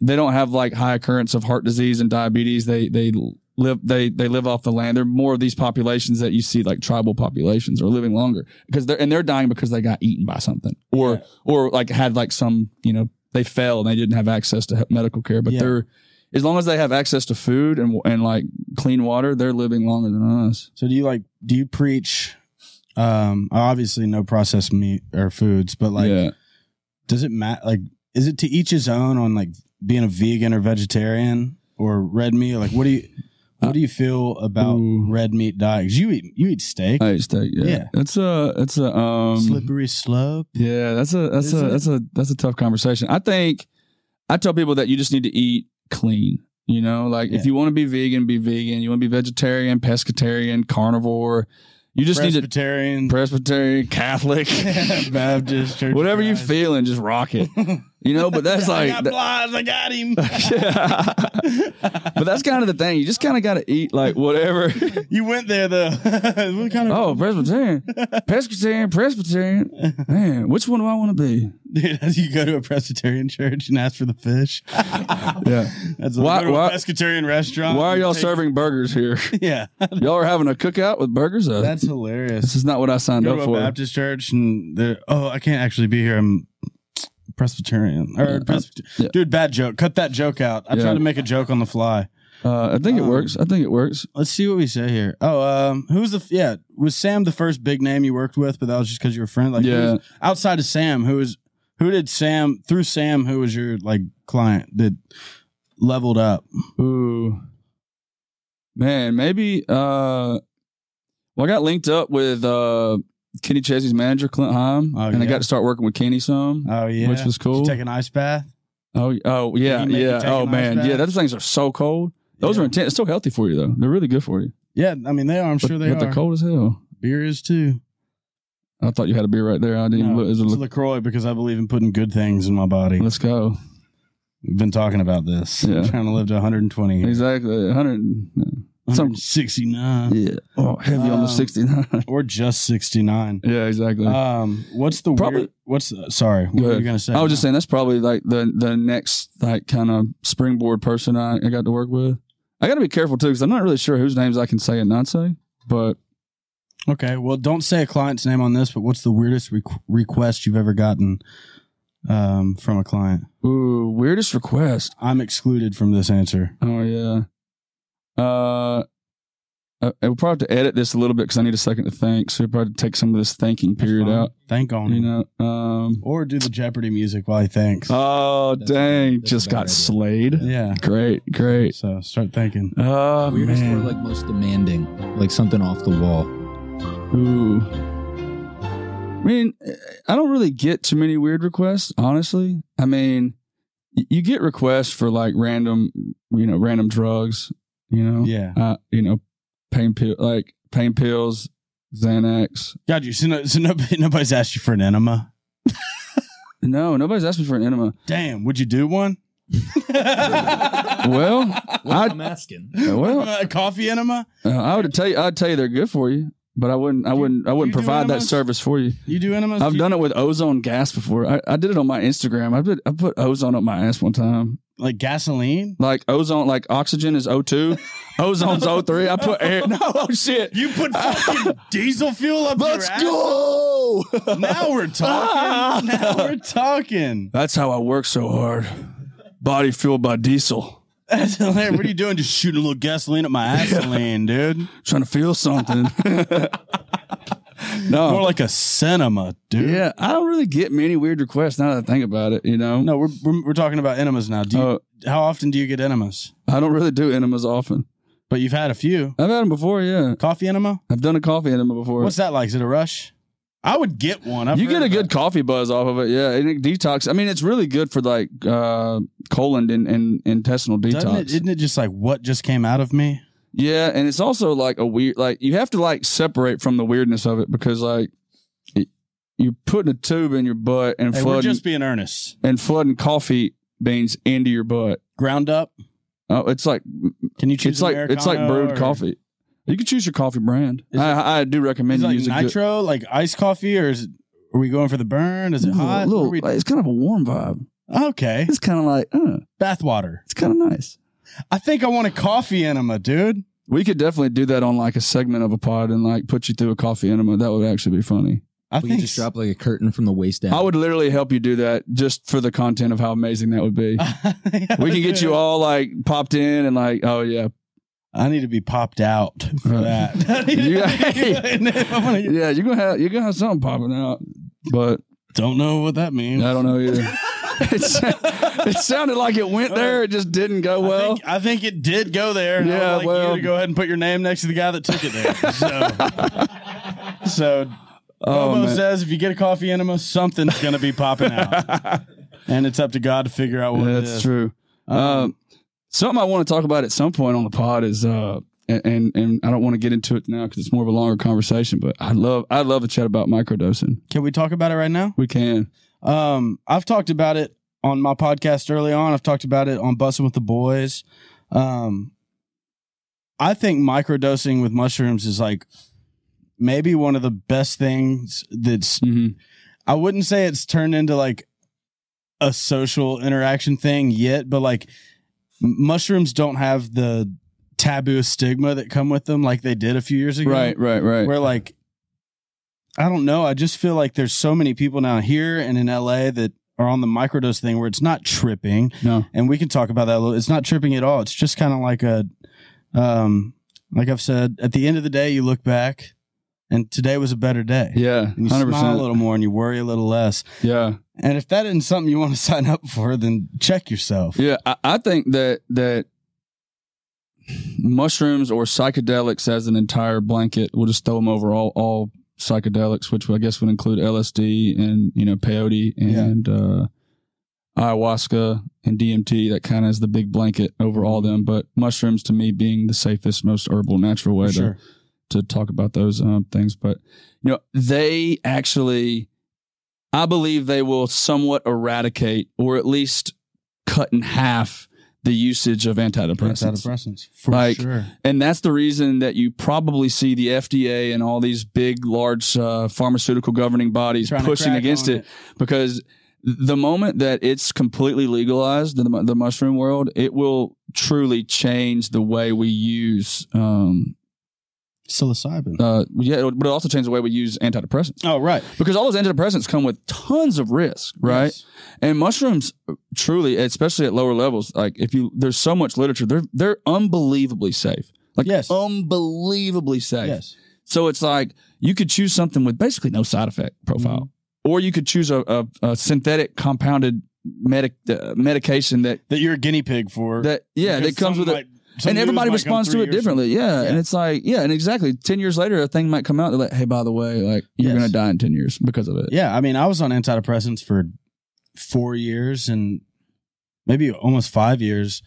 Speaker 2: they don't have like high occurrence of heart disease and diabetes. They they live they they live off the land. They're more of these populations that you see like tribal populations are living longer because they're and they're dying because they got eaten by something or or like had like some you know they fell and they didn't have access to he- medical care. But
Speaker 5: Yeah.
Speaker 2: they're as long as they have access to food and and like clean water, they're living longer than us.
Speaker 5: So do you like do you preach um obviously no processed meat or foods, but like
Speaker 2: yeah,
Speaker 5: does it matter like is it to each his own on like being a vegan or vegetarian or red meat? Like what do you what do you feel about
Speaker 2: Ooh.
Speaker 5: red meat diet? 'Cause you eat you eat steak.
Speaker 2: I used to. Yeah.
Speaker 5: Yeah.
Speaker 2: that's a that's a um,
Speaker 5: Slippery slope.
Speaker 2: Yeah, that's a that's
Speaker 5: Is
Speaker 2: a
Speaker 5: it?
Speaker 2: that's a that's a tough conversation. I think I tell people that you just need to eat clean. You know, like
Speaker 5: Yeah.
Speaker 2: if you want to be vegan, be vegan. You want to be vegetarian, pescatarian, carnivore. You just need to
Speaker 5: Presbyterian
Speaker 2: Presbyterian, Catholic,
Speaker 5: Baptist church. of
Speaker 2: whatever you
Speaker 5: Christ.
Speaker 2: feeling, just rock it. You know, but that's
Speaker 5: I
Speaker 2: like
Speaker 5: got
Speaker 2: that-
Speaker 5: blinds, I got him.
Speaker 2: but that's kind of the thing. You just kind of got to eat like whatever.
Speaker 5: you went there though. what kind of
Speaker 2: oh, Presbyterian, Pescatarian, Presbyterian. Man, which one do I want to be?
Speaker 5: dude as you go to a Presbyterian church and ask for the fish?
Speaker 2: Yeah.
Speaker 5: That's like
Speaker 2: Why-
Speaker 5: why, go to
Speaker 2: why-
Speaker 5: a pescatarian restaurant.
Speaker 2: Why are
Speaker 5: and
Speaker 2: y'all
Speaker 5: take-
Speaker 2: serving burgers here?
Speaker 5: Yeah,
Speaker 2: Y'all are having a cookout with burgers. Uh,
Speaker 5: that's
Speaker 2: this
Speaker 5: hilarious.
Speaker 2: is not what I signed
Speaker 5: Go
Speaker 2: up
Speaker 5: to a
Speaker 2: for.
Speaker 5: Baptist church and they're, oh, I can't actually be here. I'm Presbyterian
Speaker 2: Yeah,
Speaker 5: or Presbyter-
Speaker 2: yeah.
Speaker 5: dude. Bad joke. Cut that joke out. I
Speaker 2: Yeah.
Speaker 5: tried to make a joke on the fly.
Speaker 2: Uh, I think it
Speaker 5: Um,
Speaker 2: works. I think it works.
Speaker 5: Let's see what we say here. Oh, um, who's the yeah? Was Sam the first big name you worked with? But that was just because you were a friend. Like,
Speaker 2: Yeah.
Speaker 5: who's- outside of Sam, who is who did Sam through Sam? Who was your like client that leveled up?
Speaker 2: Ooh, Man, maybe. Uh, well, I got linked up with uh, Kenny Chesney's manager, Clint Heim,
Speaker 1: Oh,
Speaker 2: and I
Speaker 1: yeah.
Speaker 2: got to start working with Kenny some,
Speaker 1: Oh yeah,
Speaker 2: which was cool.
Speaker 1: Did you take an ice bath.
Speaker 2: oh, oh yeah,
Speaker 1: Did he make you
Speaker 2: yeah.
Speaker 1: take
Speaker 2: Oh
Speaker 1: an ice
Speaker 2: man,
Speaker 1: bath?
Speaker 2: yeah. Those things are so cold. Those
Speaker 1: Yeah.
Speaker 2: are intense. It's so healthy for you though. They're really good for you.
Speaker 1: Yeah, I mean they are. I'm
Speaker 2: but,
Speaker 1: sure they
Speaker 2: but
Speaker 1: are.
Speaker 2: they're cold as hell.
Speaker 1: Beer is too.
Speaker 2: I thought you had a beer right there. I didn't. even
Speaker 1: No,
Speaker 2: look, is
Speaker 1: it's
Speaker 2: it look-
Speaker 1: Lacroix because I believe in putting good things in my body.
Speaker 2: Let's go.
Speaker 1: We've been talking about this.
Speaker 2: Yeah.
Speaker 1: trying to live to 120. here.
Speaker 2: Exactly. 100. Some-
Speaker 1: 169
Speaker 2: Yeah. Oh, heavy on
Speaker 1: Uh, Um,
Speaker 2: the 69.
Speaker 1: or just 69.
Speaker 2: yeah, exactly.
Speaker 4: Uh,
Speaker 1: Um, what's the
Speaker 2: Probably-
Speaker 1: weird, what's uh, sorry? What
Speaker 2: Go
Speaker 1: were
Speaker 2: ahead.
Speaker 1: you gonna say?
Speaker 2: I was just saying that's probably like the the next like kind of springboard person I, I got to work with. I got to be careful too because I'm not really sure whose names I can say and not say. But
Speaker 1: Okay, well, don't say a client's name on this, but what's the weirdest requ request you've ever gotten um, from a client?
Speaker 2: ooh, weirdest request.
Speaker 1: I'm excluded from this answer.
Speaker 2: Oh yeah. Uh, I, I will probably have to edit this a little bit because I need a second to think. So we'll probably take some of this thinking
Speaker 1: That's
Speaker 2: period
Speaker 1: fine.
Speaker 2: out.
Speaker 1: Thank on
Speaker 2: You
Speaker 1: it.
Speaker 2: know. Um.
Speaker 1: Or do the Jeopardy music while he thinks.
Speaker 2: Oh
Speaker 4: That's a-
Speaker 2: dang!
Speaker 4: that's a
Speaker 2: Just
Speaker 4: bad
Speaker 2: got
Speaker 4: idea.
Speaker 2: slayed.
Speaker 1: yeah.
Speaker 2: Great, great.
Speaker 1: So start thinking.
Speaker 2: Oh
Speaker 4: Weirdest or
Speaker 2: man.
Speaker 4: like most demanding, like something off the wall.
Speaker 2: Ooh. I mean, I don't really get too many weird requests, honestly. I mean, y- you get requests for like random, you know, random drugs, you know,
Speaker 1: Yeah.
Speaker 2: uh, you know, pain pill, like pain pills, Xanax.
Speaker 1: God, you so, no, so nobody, nobody's asked you for an enema.
Speaker 2: No, nobody's asked me for an enema.
Speaker 1: Damn, would you do one?
Speaker 2: Well, I
Speaker 4: asking.
Speaker 2: well, uh,
Speaker 1: a coffee enema?
Speaker 2: I would tell you, I'd tell you they're good for you, but I wouldn't, I wouldn't, I wouldn't
Speaker 1: you do
Speaker 2: provide that
Speaker 1: enemas?
Speaker 2: service for you.
Speaker 1: You do enemas?
Speaker 2: I've
Speaker 1: Do you-
Speaker 2: done it with ozone gas before. I, I did it on my Instagram. I put I put ozone up my ass one time.
Speaker 1: like gasoline.
Speaker 2: Like ozone, like oxygen is O2, ozone's O3. I put air. No, oh shit.
Speaker 1: You put fucking diesel fuel up
Speaker 2: Let's
Speaker 1: your ass?
Speaker 2: go.
Speaker 1: Now we're
Speaker 2: Ah.
Speaker 1: talking. now we're talking.
Speaker 2: That's how I work so hard. Body fueled by diesel.
Speaker 1: That's hilarious. What are you doing? Just shooting a little gasoline at my asseline, dude.
Speaker 2: Trying to feel something. no.
Speaker 1: More like a cinema, dude.
Speaker 2: yeah, I don't really get many weird requests now that I think about it, you know?
Speaker 1: No, we're, we're, we're talking about enemas now. Do you,
Speaker 2: Uh,
Speaker 1: how often do you get enemas?
Speaker 2: I don't really do enemas often.
Speaker 1: But you've had a few.
Speaker 2: I've had them before, yeah.
Speaker 1: Coffee enema?
Speaker 2: I've done a coffee enema before.
Speaker 1: What's that like? Is it a rush? I would get one. I've
Speaker 2: you
Speaker 1: heard
Speaker 2: get a
Speaker 1: of
Speaker 2: good
Speaker 1: that.
Speaker 2: coffee buzz off of it, yeah. And it detox. I mean, it's really good for like uh, colon and, and intestinal
Speaker 1: Doesn't
Speaker 2: detox.
Speaker 1: it, isn't it just like what just came out of me?
Speaker 2: yeah, and it's also like a weird. Like you have to like separate from the weirdness of it because like it- you're putting a tube in your butt and
Speaker 1: Hey, we're
Speaker 2: flooding
Speaker 1: just being earnest.
Speaker 2: and flooding coffee beans into your butt.
Speaker 1: Ground up.
Speaker 2: Oh, it's like
Speaker 1: Can you choose?
Speaker 2: it's like it's like
Speaker 1: Americano
Speaker 2: brewed
Speaker 1: or-
Speaker 2: coffee. You can choose your coffee brand.
Speaker 1: Is it-
Speaker 2: I, I do recommend
Speaker 1: Is it
Speaker 2: you
Speaker 1: like
Speaker 2: use a good-
Speaker 1: nitro, like iced coffee, or is it, are we going for the burn? Is it
Speaker 2: Little-
Speaker 1: hot? What
Speaker 2: little-
Speaker 1: are we-
Speaker 2: like, it's kind of a warm vibe.
Speaker 1: okay,
Speaker 2: It's kind of like uh,
Speaker 1: bath water.
Speaker 2: it's kind of nice.
Speaker 1: I think I want a coffee enema, dude.
Speaker 2: We could definitely do that on like a segment of a pod and like put you through a coffee enema. That would actually be funny.
Speaker 1: I
Speaker 4: We
Speaker 1: think
Speaker 4: can just drop like a curtain from the waist down.
Speaker 2: I would literally help you do that just for the content of how amazing that would be. We can get you all like popped in and like, oh yeah,
Speaker 1: I need to be popped out for
Speaker 2: Right.
Speaker 1: that.
Speaker 2: You-
Speaker 1: I wanna get-
Speaker 2: yeah, you're gonna have you're gonna have something popping out, but
Speaker 1: don't know what that means.
Speaker 2: I don't know either. It's, it sounded like it went there, it just didn't go
Speaker 1: I
Speaker 2: well.
Speaker 1: think, I think it did go there. And
Speaker 2: Yeah,
Speaker 1: I would like
Speaker 2: well-
Speaker 1: you to go ahead and put your name next to the guy that took it there. So, so
Speaker 2: Oh,
Speaker 1: Bobo
Speaker 2: man.
Speaker 1: says if you get a coffee enema, something's going to be popping out, and it's up to God to figure out what it
Speaker 2: That's
Speaker 1: is.
Speaker 2: true. Um, something I want to talk about at some point on the pod is, uh, and- and and I don't want to get into it now because it's more of a longer conversation. But I love I love to chat about microdosing.
Speaker 1: Can we talk about it right now?
Speaker 2: We can.
Speaker 1: Um, I've talked about it on my podcast early on. I've talked about it on Bussing with the Boys. Um, I think microdosing with mushrooms is like maybe one of the best things that's
Speaker 2: Mm-hmm.
Speaker 1: I wouldn't say it's turned into like a social interaction thing yet, but like m- mushrooms don't have the taboo stigma that come with them like they did a few years ago.
Speaker 2: Right, right, right.
Speaker 1: Where like I don't know, I just feel like there's so many people now here and in LA that are on the microdose thing where it's not tripping
Speaker 2: no,
Speaker 1: and we can talk about that a little. It's not tripping at all. It's just kind of like a, um, like I've said, at the end of the day, you look back, and today was a better day.
Speaker 2: yeah,
Speaker 1: And you
Speaker 2: hundred
Speaker 1: smile a
Speaker 2: percent.
Speaker 1: little more, and you worry a little less.
Speaker 2: Yeah,
Speaker 1: And if that isn't something you want to sign up for, then check yourself.
Speaker 2: yeah. I, I think that that mushrooms or psychedelics as an entire blanket. We'll just throw them over all all psychedelics, which I guess would include LSD and you know peyote and uh, ayahuasca and DMT. That kind of is the big blanket over all them. But mushrooms to me being the safest, most herbal, natural way
Speaker 1: For
Speaker 2: to
Speaker 1: sure.
Speaker 2: to talk about those um, things. But you know, they actually, I believe they will somewhat eradicate or at least cut in half the usage of antidepressants.
Speaker 1: Antidepressants. For
Speaker 2: Like-
Speaker 1: sure.
Speaker 2: And that's the reason that you probably see the FDA and all these big, large uh, pharmaceutical governing bodies
Speaker 1: Trying to
Speaker 2: pushing
Speaker 1: crack
Speaker 2: against
Speaker 1: on
Speaker 2: it, because the moment that it's completely legalized in the, the mushroom world, it will truly change the way we use. Um,
Speaker 1: Psilocybin.
Speaker 2: uh, yeah, it'll- but it also change the way we use antidepressants
Speaker 1: oh, right.
Speaker 2: because all those antidepressants come with tons of risk, right?
Speaker 1: Yes.
Speaker 2: And mushrooms, truly, especially at lower levels, like if you there's so much literature, they're they're unbelievably safe. Like
Speaker 1: Yes.
Speaker 2: unbelievably safe.
Speaker 1: Yes.
Speaker 2: So it's like you could choose something with basically no side effect profile,
Speaker 1: Mm-hmm.
Speaker 2: or you could choose a, a, a synthetic compounded medic uh, medication that
Speaker 1: That you're a guinea pig for.
Speaker 2: that yeah
Speaker 1: because
Speaker 2: that comes
Speaker 1: some
Speaker 2: with it
Speaker 1: might- some
Speaker 2: and
Speaker 1: news
Speaker 2: everybody
Speaker 1: might
Speaker 2: responds
Speaker 1: come
Speaker 2: to
Speaker 1: through
Speaker 2: it
Speaker 1: your-
Speaker 2: differently. Yeah.
Speaker 1: Yeah.
Speaker 2: And it's like, yeah, and exactly 10 years later, a thing might come out. They're like, hey, by the way, like, you're
Speaker 1: Yes.
Speaker 2: going to die in 10 years because of it.
Speaker 1: Yeah, I mean, I was on antidepressants for four years and maybe almost five years.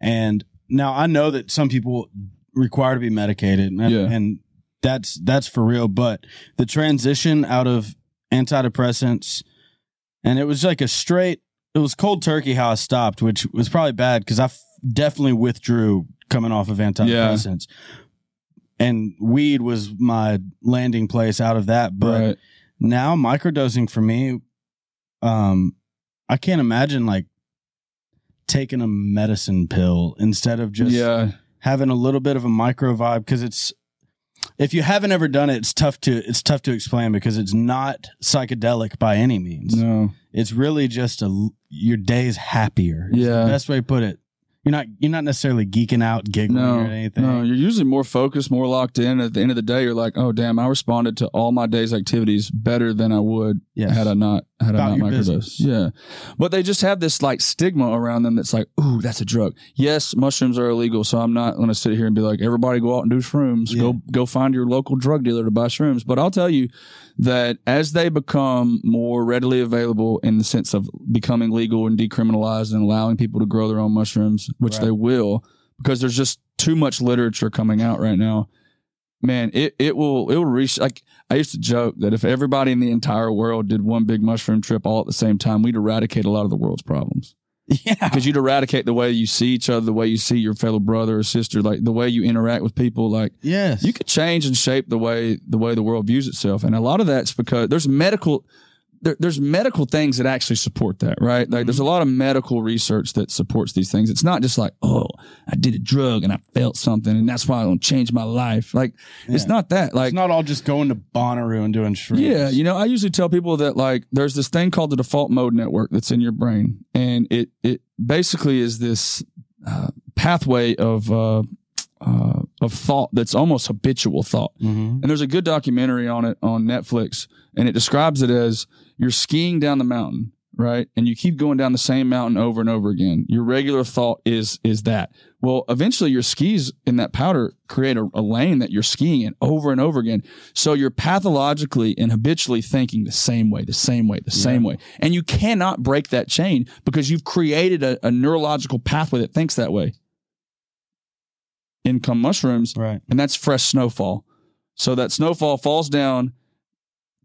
Speaker 1: And now I know that some people require to be medicated, and,
Speaker 2: Yeah.
Speaker 1: and that's that's for real. But the transition out of antidepressants, and it was like a straight. It was cold turkey how I stopped, which was probably bad because I f- definitely withdrew coming off of antidepressants. And weed was my landing place out of that, but
Speaker 2: Right.
Speaker 1: now microdosing for me um i can't imagine like taking a medicine pill instead of just
Speaker 2: yeah.
Speaker 1: having a little bit of a micro vibe because it's if you haven't ever done it it's tough to it's tough to explain because it's not psychedelic by any means
Speaker 2: No.
Speaker 1: it's really just a l- your day's happier is the
Speaker 2: Yeah.
Speaker 1: best way to put it you're not you're not necessarily geeking out giggling
Speaker 2: No,
Speaker 1: or anything
Speaker 2: no, you're usually more focused, more locked in. At the end of the day, you're like, "Oh, damn! I responded to all my day's activities better than I would
Speaker 1: Yes.
Speaker 2: had I not had
Speaker 1: About
Speaker 2: I not
Speaker 1: your
Speaker 2: microdosed."
Speaker 1: business.
Speaker 2: Yeah, but they just have this like stigma around them that's like, "Ooh, that's a drug." Yes, mushrooms are illegal, so I'm not going to sit here and be like, "Everybody go out and do shrooms. Go go find your local drug dealer to buy shrooms." But I'll tell you that as they become more readily available in the sense of becoming legal and decriminalized and allowing people to grow their own mushrooms, which
Speaker 1: Right.
Speaker 2: they will, because there's just too much literature coming out right now. Man, it, it will it will reach like I used to joke that if everybody in the entire world did one big mushroom trip all at the same time, we'd eradicate a lot of the world's problems.
Speaker 1: yeah
Speaker 2: Because you'd eradicate the way you see each other, the way you see your fellow brother or sister, like the way you interact with people, like
Speaker 1: yes
Speaker 2: you could change and shape the way the way the world views itself and a lot of that's because there's medical there, there's medical things that actually support that right like there's a lot of medical research that supports these things it's not just like oh i did a drug and i felt something and that's why i'm gonna change my life like it's
Speaker 1: Yeah.
Speaker 2: not that like
Speaker 1: it's not all just going to Bonnaroo and doing shrooms.
Speaker 2: yeah, you know, I usually tell people that like there's this thing called the default mode network that's in your brain, and it it basically is this uh, pathway of uh, uh, of thought that's almost habitual thought.
Speaker 1: Mhm.
Speaker 2: And there's a good documentary on it on Netflix, and it describes it as you're skiing down the mountain, right? And you keep going down the same mountain over and over again. Your regular thought is is that. Well, eventually your skis in that powder create a, a lane that you're skiing in over and over again. So you're pathologically and habitually thinking the same way, the same way, the same way. And you cannot break that chain because you've created a, a neurological pathway that thinks that way. Income mushrooms
Speaker 1: Right.
Speaker 2: and that's fresh snowfall. So that snowfall falls down,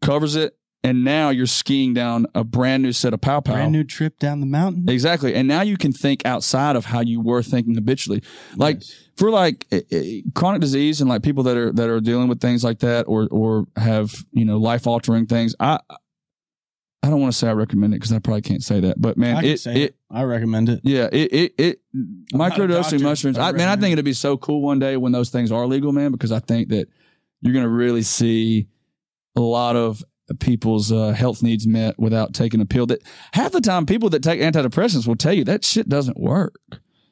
Speaker 2: covers it, and now you're skiing down a brand new set of pow pow.
Speaker 1: Brand new trip down the mountain.
Speaker 2: Exactly. And now you can think outside of how you were thinking habitually. Like for like eh, eh, chronic disease and like people that are that are dealing with things like that or or have, you know, life altering things. I I don't want to say I recommend it because I probably can't say that. But
Speaker 1: I
Speaker 2: man,
Speaker 1: can
Speaker 2: it,
Speaker 1: say
Speaker 2: it,
Speaker 1: it. I recommend it.
Speaker 2: yeah, it it it
Speaker 1: not a doctor,
Speaker 2: microdosing mushrooms.
Speaker 1: but I
Speaker 2: I, man, I
Speaker 1: recommend
Speaker 2: think it'd be so cool one day when those things are legal, man, because I think that you're gonna really see a lot of people's uh, health needs met without taking a pill. That half the time, people that take antidepressants will tell you that shit doesn't work.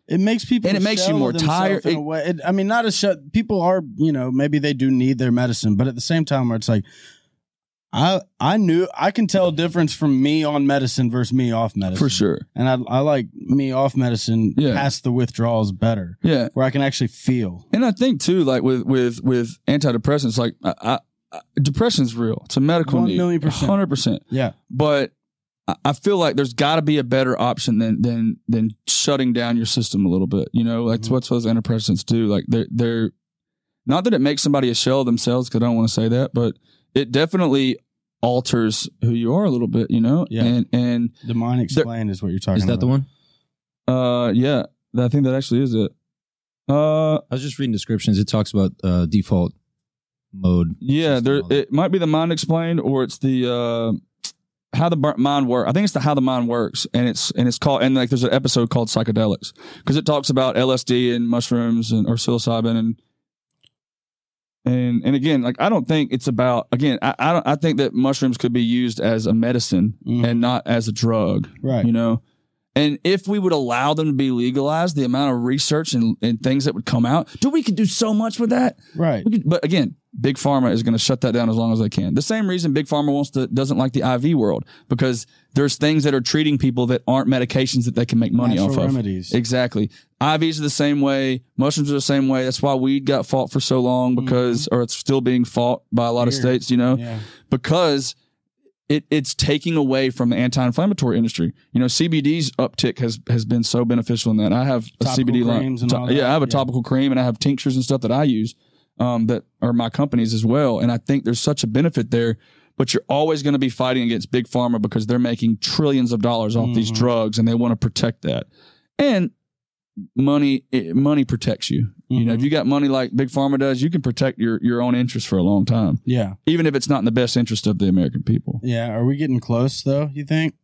Speaker 1: It makes people
Speaker 2: And it makes you
Speaker 1: shell
Speaker 2: more
Speaker 1: themselves
Speaker 2: tired.
Speaker 1: In a
Speaker 2: It-
Speaker 1: way. It- I mean, not a shut. People are, you know, maybe they do need their medicine, but at the same time, where it's like, I I knew I can tell a difference from me on medicine versus me off medicine
Speaker 2: for sure.
Speaker 1: And I I like me off medicine
Speaker 2: Yeah.
Speaker 1: past the withdrawals better,
Speaker 2: Yeah,
Speaker 1: where I can actually feel.
Speaker 2: and I think too, like with with with antidepressants, like I, I, I- depression's real. It's a medical
Speaker 1: One
Speaker 2: need,
Speaker 1: million percent.
Speaker 2: hundred percent.
Speaker 1: Yeah,
Speaker 2: But I- I feel like there's got to be a better option than than than shutting down your system a little bit. You know, like
Speaker 1: Mhm.
Speaker 2: what's those antidepressants do? Like they're they're not that it makes somebody a shell of themselves because I don't want to say that, but it definitely alters who you are a little bit. You know,
Speaker 1: Yeah.
Speaker 2: and and
Speaker 1: the mind explained is what you're talking.
Speaker 4: Is that
Speaker 1: about.
Speaker 4: the one?
Speaker 2: Uh, yeah, I think that actually is it. Uh,
Speaker 4: I was just reading descriptions. It talks about uh, default mode.
Speaker 2: yeah,
Speaker 4: Just
Speaker 2: there.
Speaker 4: all that.
Speaker 2: It might be the mind explained, or it's the uh, how the bur- mind works. I think it's the how the mind works, and it's and it's called and like there's an episode called psychedelics because it talks about LSD and mushrooms and or psilocybin and. And and again, like I don't think it's about again. I I, don't, I think that mushrooms could be used as a medicine
Speaker 1: Mhm.
Speaker 2: and not as a drug.
Speaker 1: Right.
Speaker 2: you know and if we would allow them to be legalized the amount of research and, and things that would come out dude we could do so much with that
Speaker 1: Right.
Speaker 2: we could, but again big pharma is going to shut that down as long as they can the same reason big pharma wants to doesn't like the iv world because there's things that are treating people that aren't medications that they can make money
Speaker 1: Natural
Speaker 2: off of
Speaker 1: remedies.
Speaker 2: Exactly. IVs are the same way. Mushrooms are the same way. That's why weed got fought for so long because, or it's still being fought by a lot of
Speaker 1: Mm-hmm. Weird.
Speaker 2: states, you know,
Speaker 1: Yeah.
Speaker 2: because it, it's taking away from the anti-inflammatory industry. You know, CBD's uptick has has been so beneficial in that. I have a
Speaker 1: Topical
Speaker 2: CBD line.
Speaker 1: creams and all that,
Speaker 2: yeah, I have a
Speaker 1: yeah.
Speaker 2: topical cream and I have tinctures and stuff that I use um, that are my companies as well. And I think there's such a benefit there. But you're always going to be fighting against big pharma because they're making trillions of dollars off these
Speaker 1: Mhm.
Speaker 2: drugs and they want to protect that. And money it, money protects you. You
Speaker 1: Mm-hmm.
Speaker 2: know, if you got money like big pharma does, you can protect your your own interests for a long time
Speaker 1: Yeah.
Speaker 2: even if it's not in the best interest of the American people.
Speaker 1: Yeah. Are we getting close though? You think?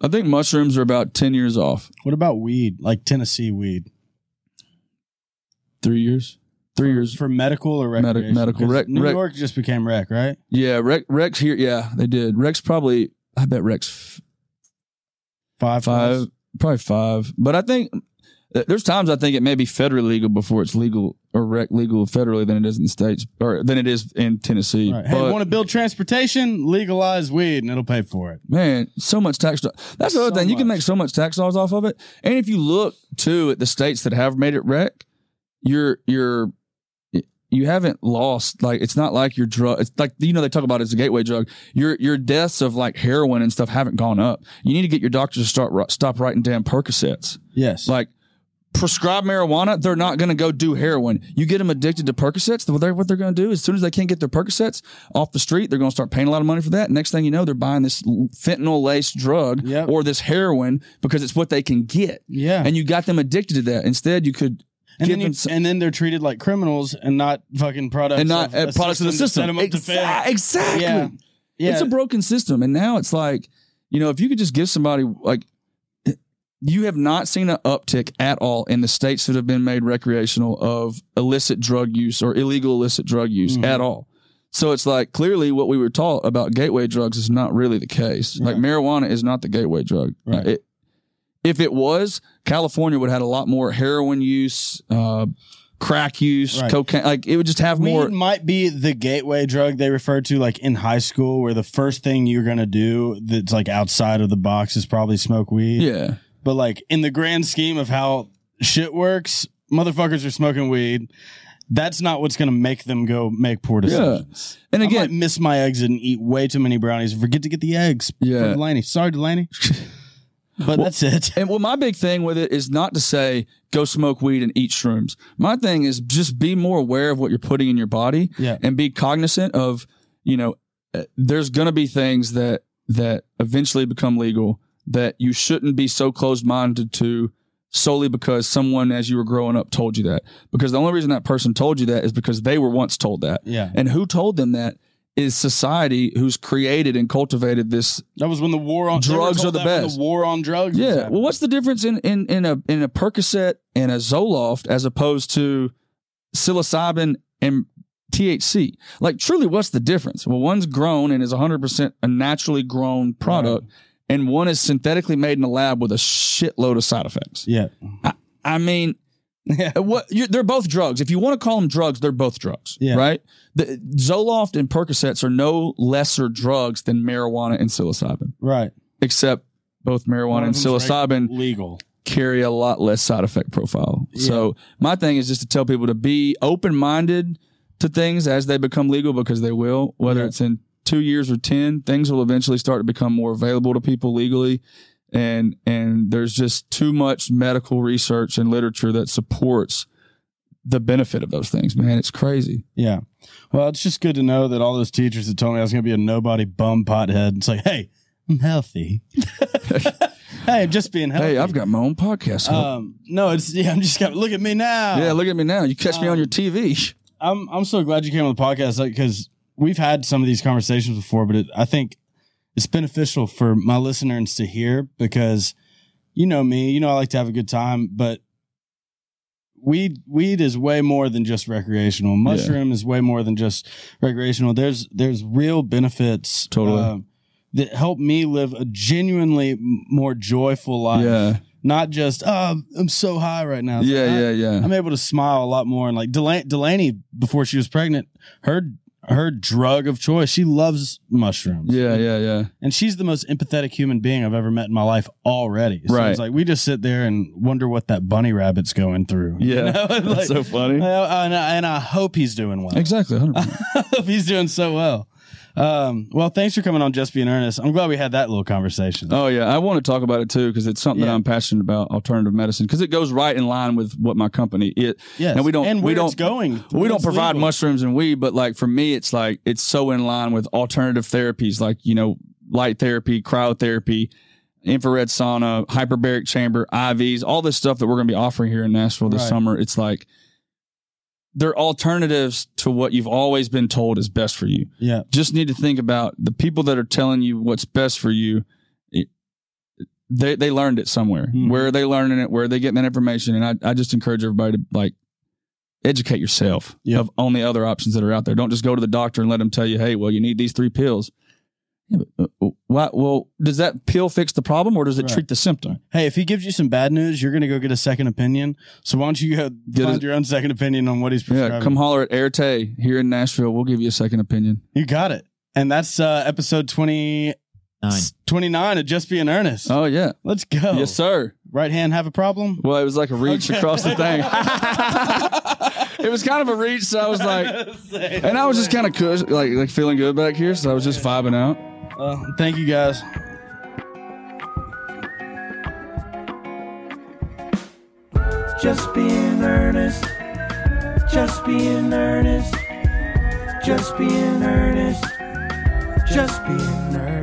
Speaker 2: I think mushrooms are about 10 years off.
Speaker 1: What about weed? Like Tennessee weed
Speaker 2: Three years? Three years.
Speaker 1: for medical or
Speaker 2: Medi-
Speaker 1: recreation?
Speaker 2: medical.
Speaker 1: 'Cause
Speaker 2: Rec-
Speaker 1: New
Speaker 2: rec-
Speaker 1: York just became rec, right?
Speaker 2: Yeah, Rex, Rex here. Yeah, they did. Rex probably, I bet Rex
Speaker 1: Five.
Speaker 2: f- five, probably five. But I think th- there's times I think it may be federally legal before it's legal or rec legal federally than it is in the States or than it is in Tennessee.
Speaker 1: Right.
Speaker 2: But
Speaker 1: Hey, want to build transportation? Legalize weed, and it'll pay for it.
Speaker 2: Man, so much tax. do- That's the other
Speaker 1: So
Speaker 2: thing. You can
Speaker 1: much.
Speaker 2: make so much tax dollars off of it. And if you look too at the states that have made it rec, you're you're you haven't lost like it's not like your drug. It's like you know they talk about it as a gateway drug. Your your deaths of like heroin and stuff haven't gone up. You need to get your doctor to start ri- stop writing damn Percocets.
Speaker 1: Yes.
Speaker 2: Like prescribe marijuana, they're not going to go do heroin. You get them addicted to Percocets. What they're, what they're going to do as soon as they can't get their Percocets off the street, they're going to start paying a lot of money for that. Next thing you know, they're buying this fentanyl laced drug
Speaker 1: Yep.
Speaker 2: or this heroin because it's what they can get,
Speaker 1: yeah.
Speaker 2: and you got them addicted to that. Instead, you could
Speaker 1: and
Speaker 2: give
Speaker 1: then, you,
Speaker 2: them some.
Speaker 1: and then they're treated like criminals and not fucking products
Speaker 2: And not
Speaker 1: of a
Speaker 2: uh, products of the
Speaker 1: system
Speaker 2: system.
Speaker 1: that set 'em up
Speaker 2: Exa-
Speaker 1: to fail.
Speaker 2: exactly.
Speaker 1: Yeah, yeah,
Speaker 2: It's a broken system. And now it's like, you know, if you could just give somebody like you have not seen an uptick at all in the states that have been made recreational of illicit drug use or illegal illicit drug use
Speaker 1: Mhm.
Speaker 2: at all. So it's like clearly what we were taught about gateway drugs is not really the case. Like
Speaker 1: Right.
Speaker 2: marijuana is not the gateway drug.
Speaker 1: Right.
Speaker 2: Uh, it- if it was, California would have had a lot more heroin use, uh, crack use,
Speaker 1: Right.
Speaker 2: cocaine. Like it would just have more.
Speaker 1: weed might be the gateway drug they refer to, like in high school, where the first thing you're gonna do that's like outside of the box is probably smoke weed.
Speaker 2: yeah.
Speaker 1: But like in the grand scheme of how shit works, motherfuckers are smoking weed. That's not what's gonna make them go make poor decisions.
Speaker 2: And
Speaker 1: I
Speaker 2: again,
Speaker 1: might miss my exit and eat way too many brownies and forget to get the eggs.
Speaker 2: Yeah.
Speaker 1: from Delaney. Sorry, Delaney. But that's it.
Speaker 2: And well, my big thing with it is not to say go smoke weed and eat shrooms. My thing is just be more aware of what you're putting in your body
Speaker 1: Yeah.
Speaker 2: and be cognizant of, you know, uh, there's going to be things that that eventually become legal that you shouldn't be so closed-minded to solely because someone as you were growing up told you that. Because the only reason that person told you that is because they were once told that.
Speaker 1: Yeah.
Speaker 2: And who told them that is society who's created and cultivated this
Speaker 1: That was when the war on they were
Speaker 2: Drugs
Speaker 1: told
Speaker 2: are the
Speaker 1: that when
Speaker 2: best.
Speaker 1: The war on drugs. was
Speaker 2: Yeah.
Speaker 1: happening.
Speaker 2: Well, what's the difference in in in a in a Percocet and a Zoloft as opposed to psilocybin and THC? Like, truly, what's the difference? Well, one's grown and is 100 percent a naturally grown product, and one is synthetically made in a lab with a shitload of side effects.
Speaker 1: Yeah.
Speaker 2: I mean,
Speaker 1: Yeah.
Speaker 2: What you they're both drugs. If you want to call them drugs, they're both drugs.
Speaker 1: Yeah.
Speaker 2: Right. The, Zoloft and Percocets are no lesser drugs than marijuana and psilocybin,
Speaker 1: Right.
Speaker 2: except both
Speaker 1: One
Speaker 2: marijuana
Speaker 1: of
Speaker 2: and
Speaker 1: them's
Speaker 2: psilocybin
Speaker 1: Legal.
Speaker 2: carry a lot less side effect profile. So my thing is just to tell people to be open minded to things as they become legal because they will, whether
Speaker 1: Yeah.
Speaker 2: it's in two years or ten, things will eventually start to become more available to people legally. And and there's just too much medical research and literature that supports the benefit of those things, man. It's crazy.
Speaker 1: Yeah. Well, it's just good to know that all those teachers that told me I was going to be a nobody bum pothead, it's like, hey, I'm healthy. hey, I'm just being healthy.
Speaker 2: Hey, I've got my own podcast. up.
Speaker 1: Um, no, it's yeah. I'm just got look at me now.
Speaker 2: yeah, look at me now. You catch me on your TV.
Speaker 1: I'm I'm so glad you came on the podcast because we've had some of these conversations before, but it, I think it's beneficial for my listeners to hear because you know me, you know I like to have a good time, but weed weed is way more than just recreational. Mushroom is way more than just recreational. There's there's real benefits
Speaker 2: Totally.
Speaker 1: um, that help me live a genuinely m- more joyful life,
Speaker 2: Yeah,
Speaker 1: not just oh I'm so high right now. It's like, I-
Speaker 2: yeah, yeah, yeah.
Speaker 1: I'm able to smile a lot more. And like Delaney, Delaney before she was pregnant, her her drug of choice, she loves mushrooms.
Speaker 2: Yeah, yeah, yeah.
Speaker 1: And she's the most empathetic human being I've ever met in my life already. So
Speaker 2: Right.
Speaker 1: It's like we just sit there and wonder what that bunny rabbit's going through.
Speaker 2: Yeah.
Speaker 1: You know? Like,
Speaker 2: That's so funny.
Speaker 1: I- and, I, and I hope he's doing well.
Speaker 2: Exactly. 100%.
Speaker 1: I hope he's doing so well. Um, well, thanks for coming on Just Being Earnest. I'm glad we had that little conversation.
Speaker 2: Oh yeah, I want to talk about it too because it's something
Speaker 1: Yeah.
Speaker 2: that I'm passionate about alternative medicine because it goes right in line with what my company it.
Speaker 1: yes.
Speaker 2: now we don't-
Speaker 1: And
Speaker 2: we
Speaker 1: where
Speaker 2: don't-
Speaker 1: it's going.
Speaker 2: We don't
Speaker 1: It's
Speaker 2: provide
Speaker 1: legal.
Speaker 2: mushrooms and weed, but like for me, it's like it's so in line with alternative therapies like you know light therapy, cryotherapy, infrared sauna, hyperbaric chamber, IVs, all this stuff that we're going to be offering here in Nashville this
Speaker 1: Right.
Speaker 2: summer. It's like they're alternatives to what you've always been told is best for you
Speaker 1: Yeah.
Speaker 2: just need to think about the people that are telling you what's best for you. it- They they learned it somewhere.
Speaker 1: Mhm.
Speaker 2: Where are they learning it? Where are they getting that information? And I, I just encourage everybody to like educate yourself
Speaker 1: Yeah.
Speaker 2: of on the other options that are out there. Don't just go to the doctor and let them tell you, hey, well, you need these three pills. Yeah, but, uh, why, well, does that pill fix the problem or does it
Speaker 1: Right.
Speaker 2: treat the symptom?
Speaker 1: hey, if he gives you some bad news, you're going to go get a second opinion. So why don't you go
Speaker 2: Get
Speaker 1: find
Speaker 2: a-
Speaker 1: your own second opinion on what he's
Speaker 2: Yeah,
Speaker 1: prescribing?
Speaker 2: come holler at Erte here in Nashville. We'll give you a second opinion.
Speaker 1: You got it. And that's uh, episode 20,
Speaker 4: Nine.
Speaker 1: 29 of Just Being Earnest.
Speaker 2: Oh yeah,
Speaker 1: Let's go.
Speaker 2: yes sir.
Speaker 1: Right hand have a problem?
Speaker 2: Well, it was like a reach
Speaker 1: Okay.
Speaker 2: across the thing. it was kind of a reach, so I was like, and I was just kind of cush, like like feeling good back here, so I was just vibing out.
Speaker 1: Uh, thank you guys.
Speaker 3: Just being earnest. Just being earnest. Just being earnest. Just being earnest.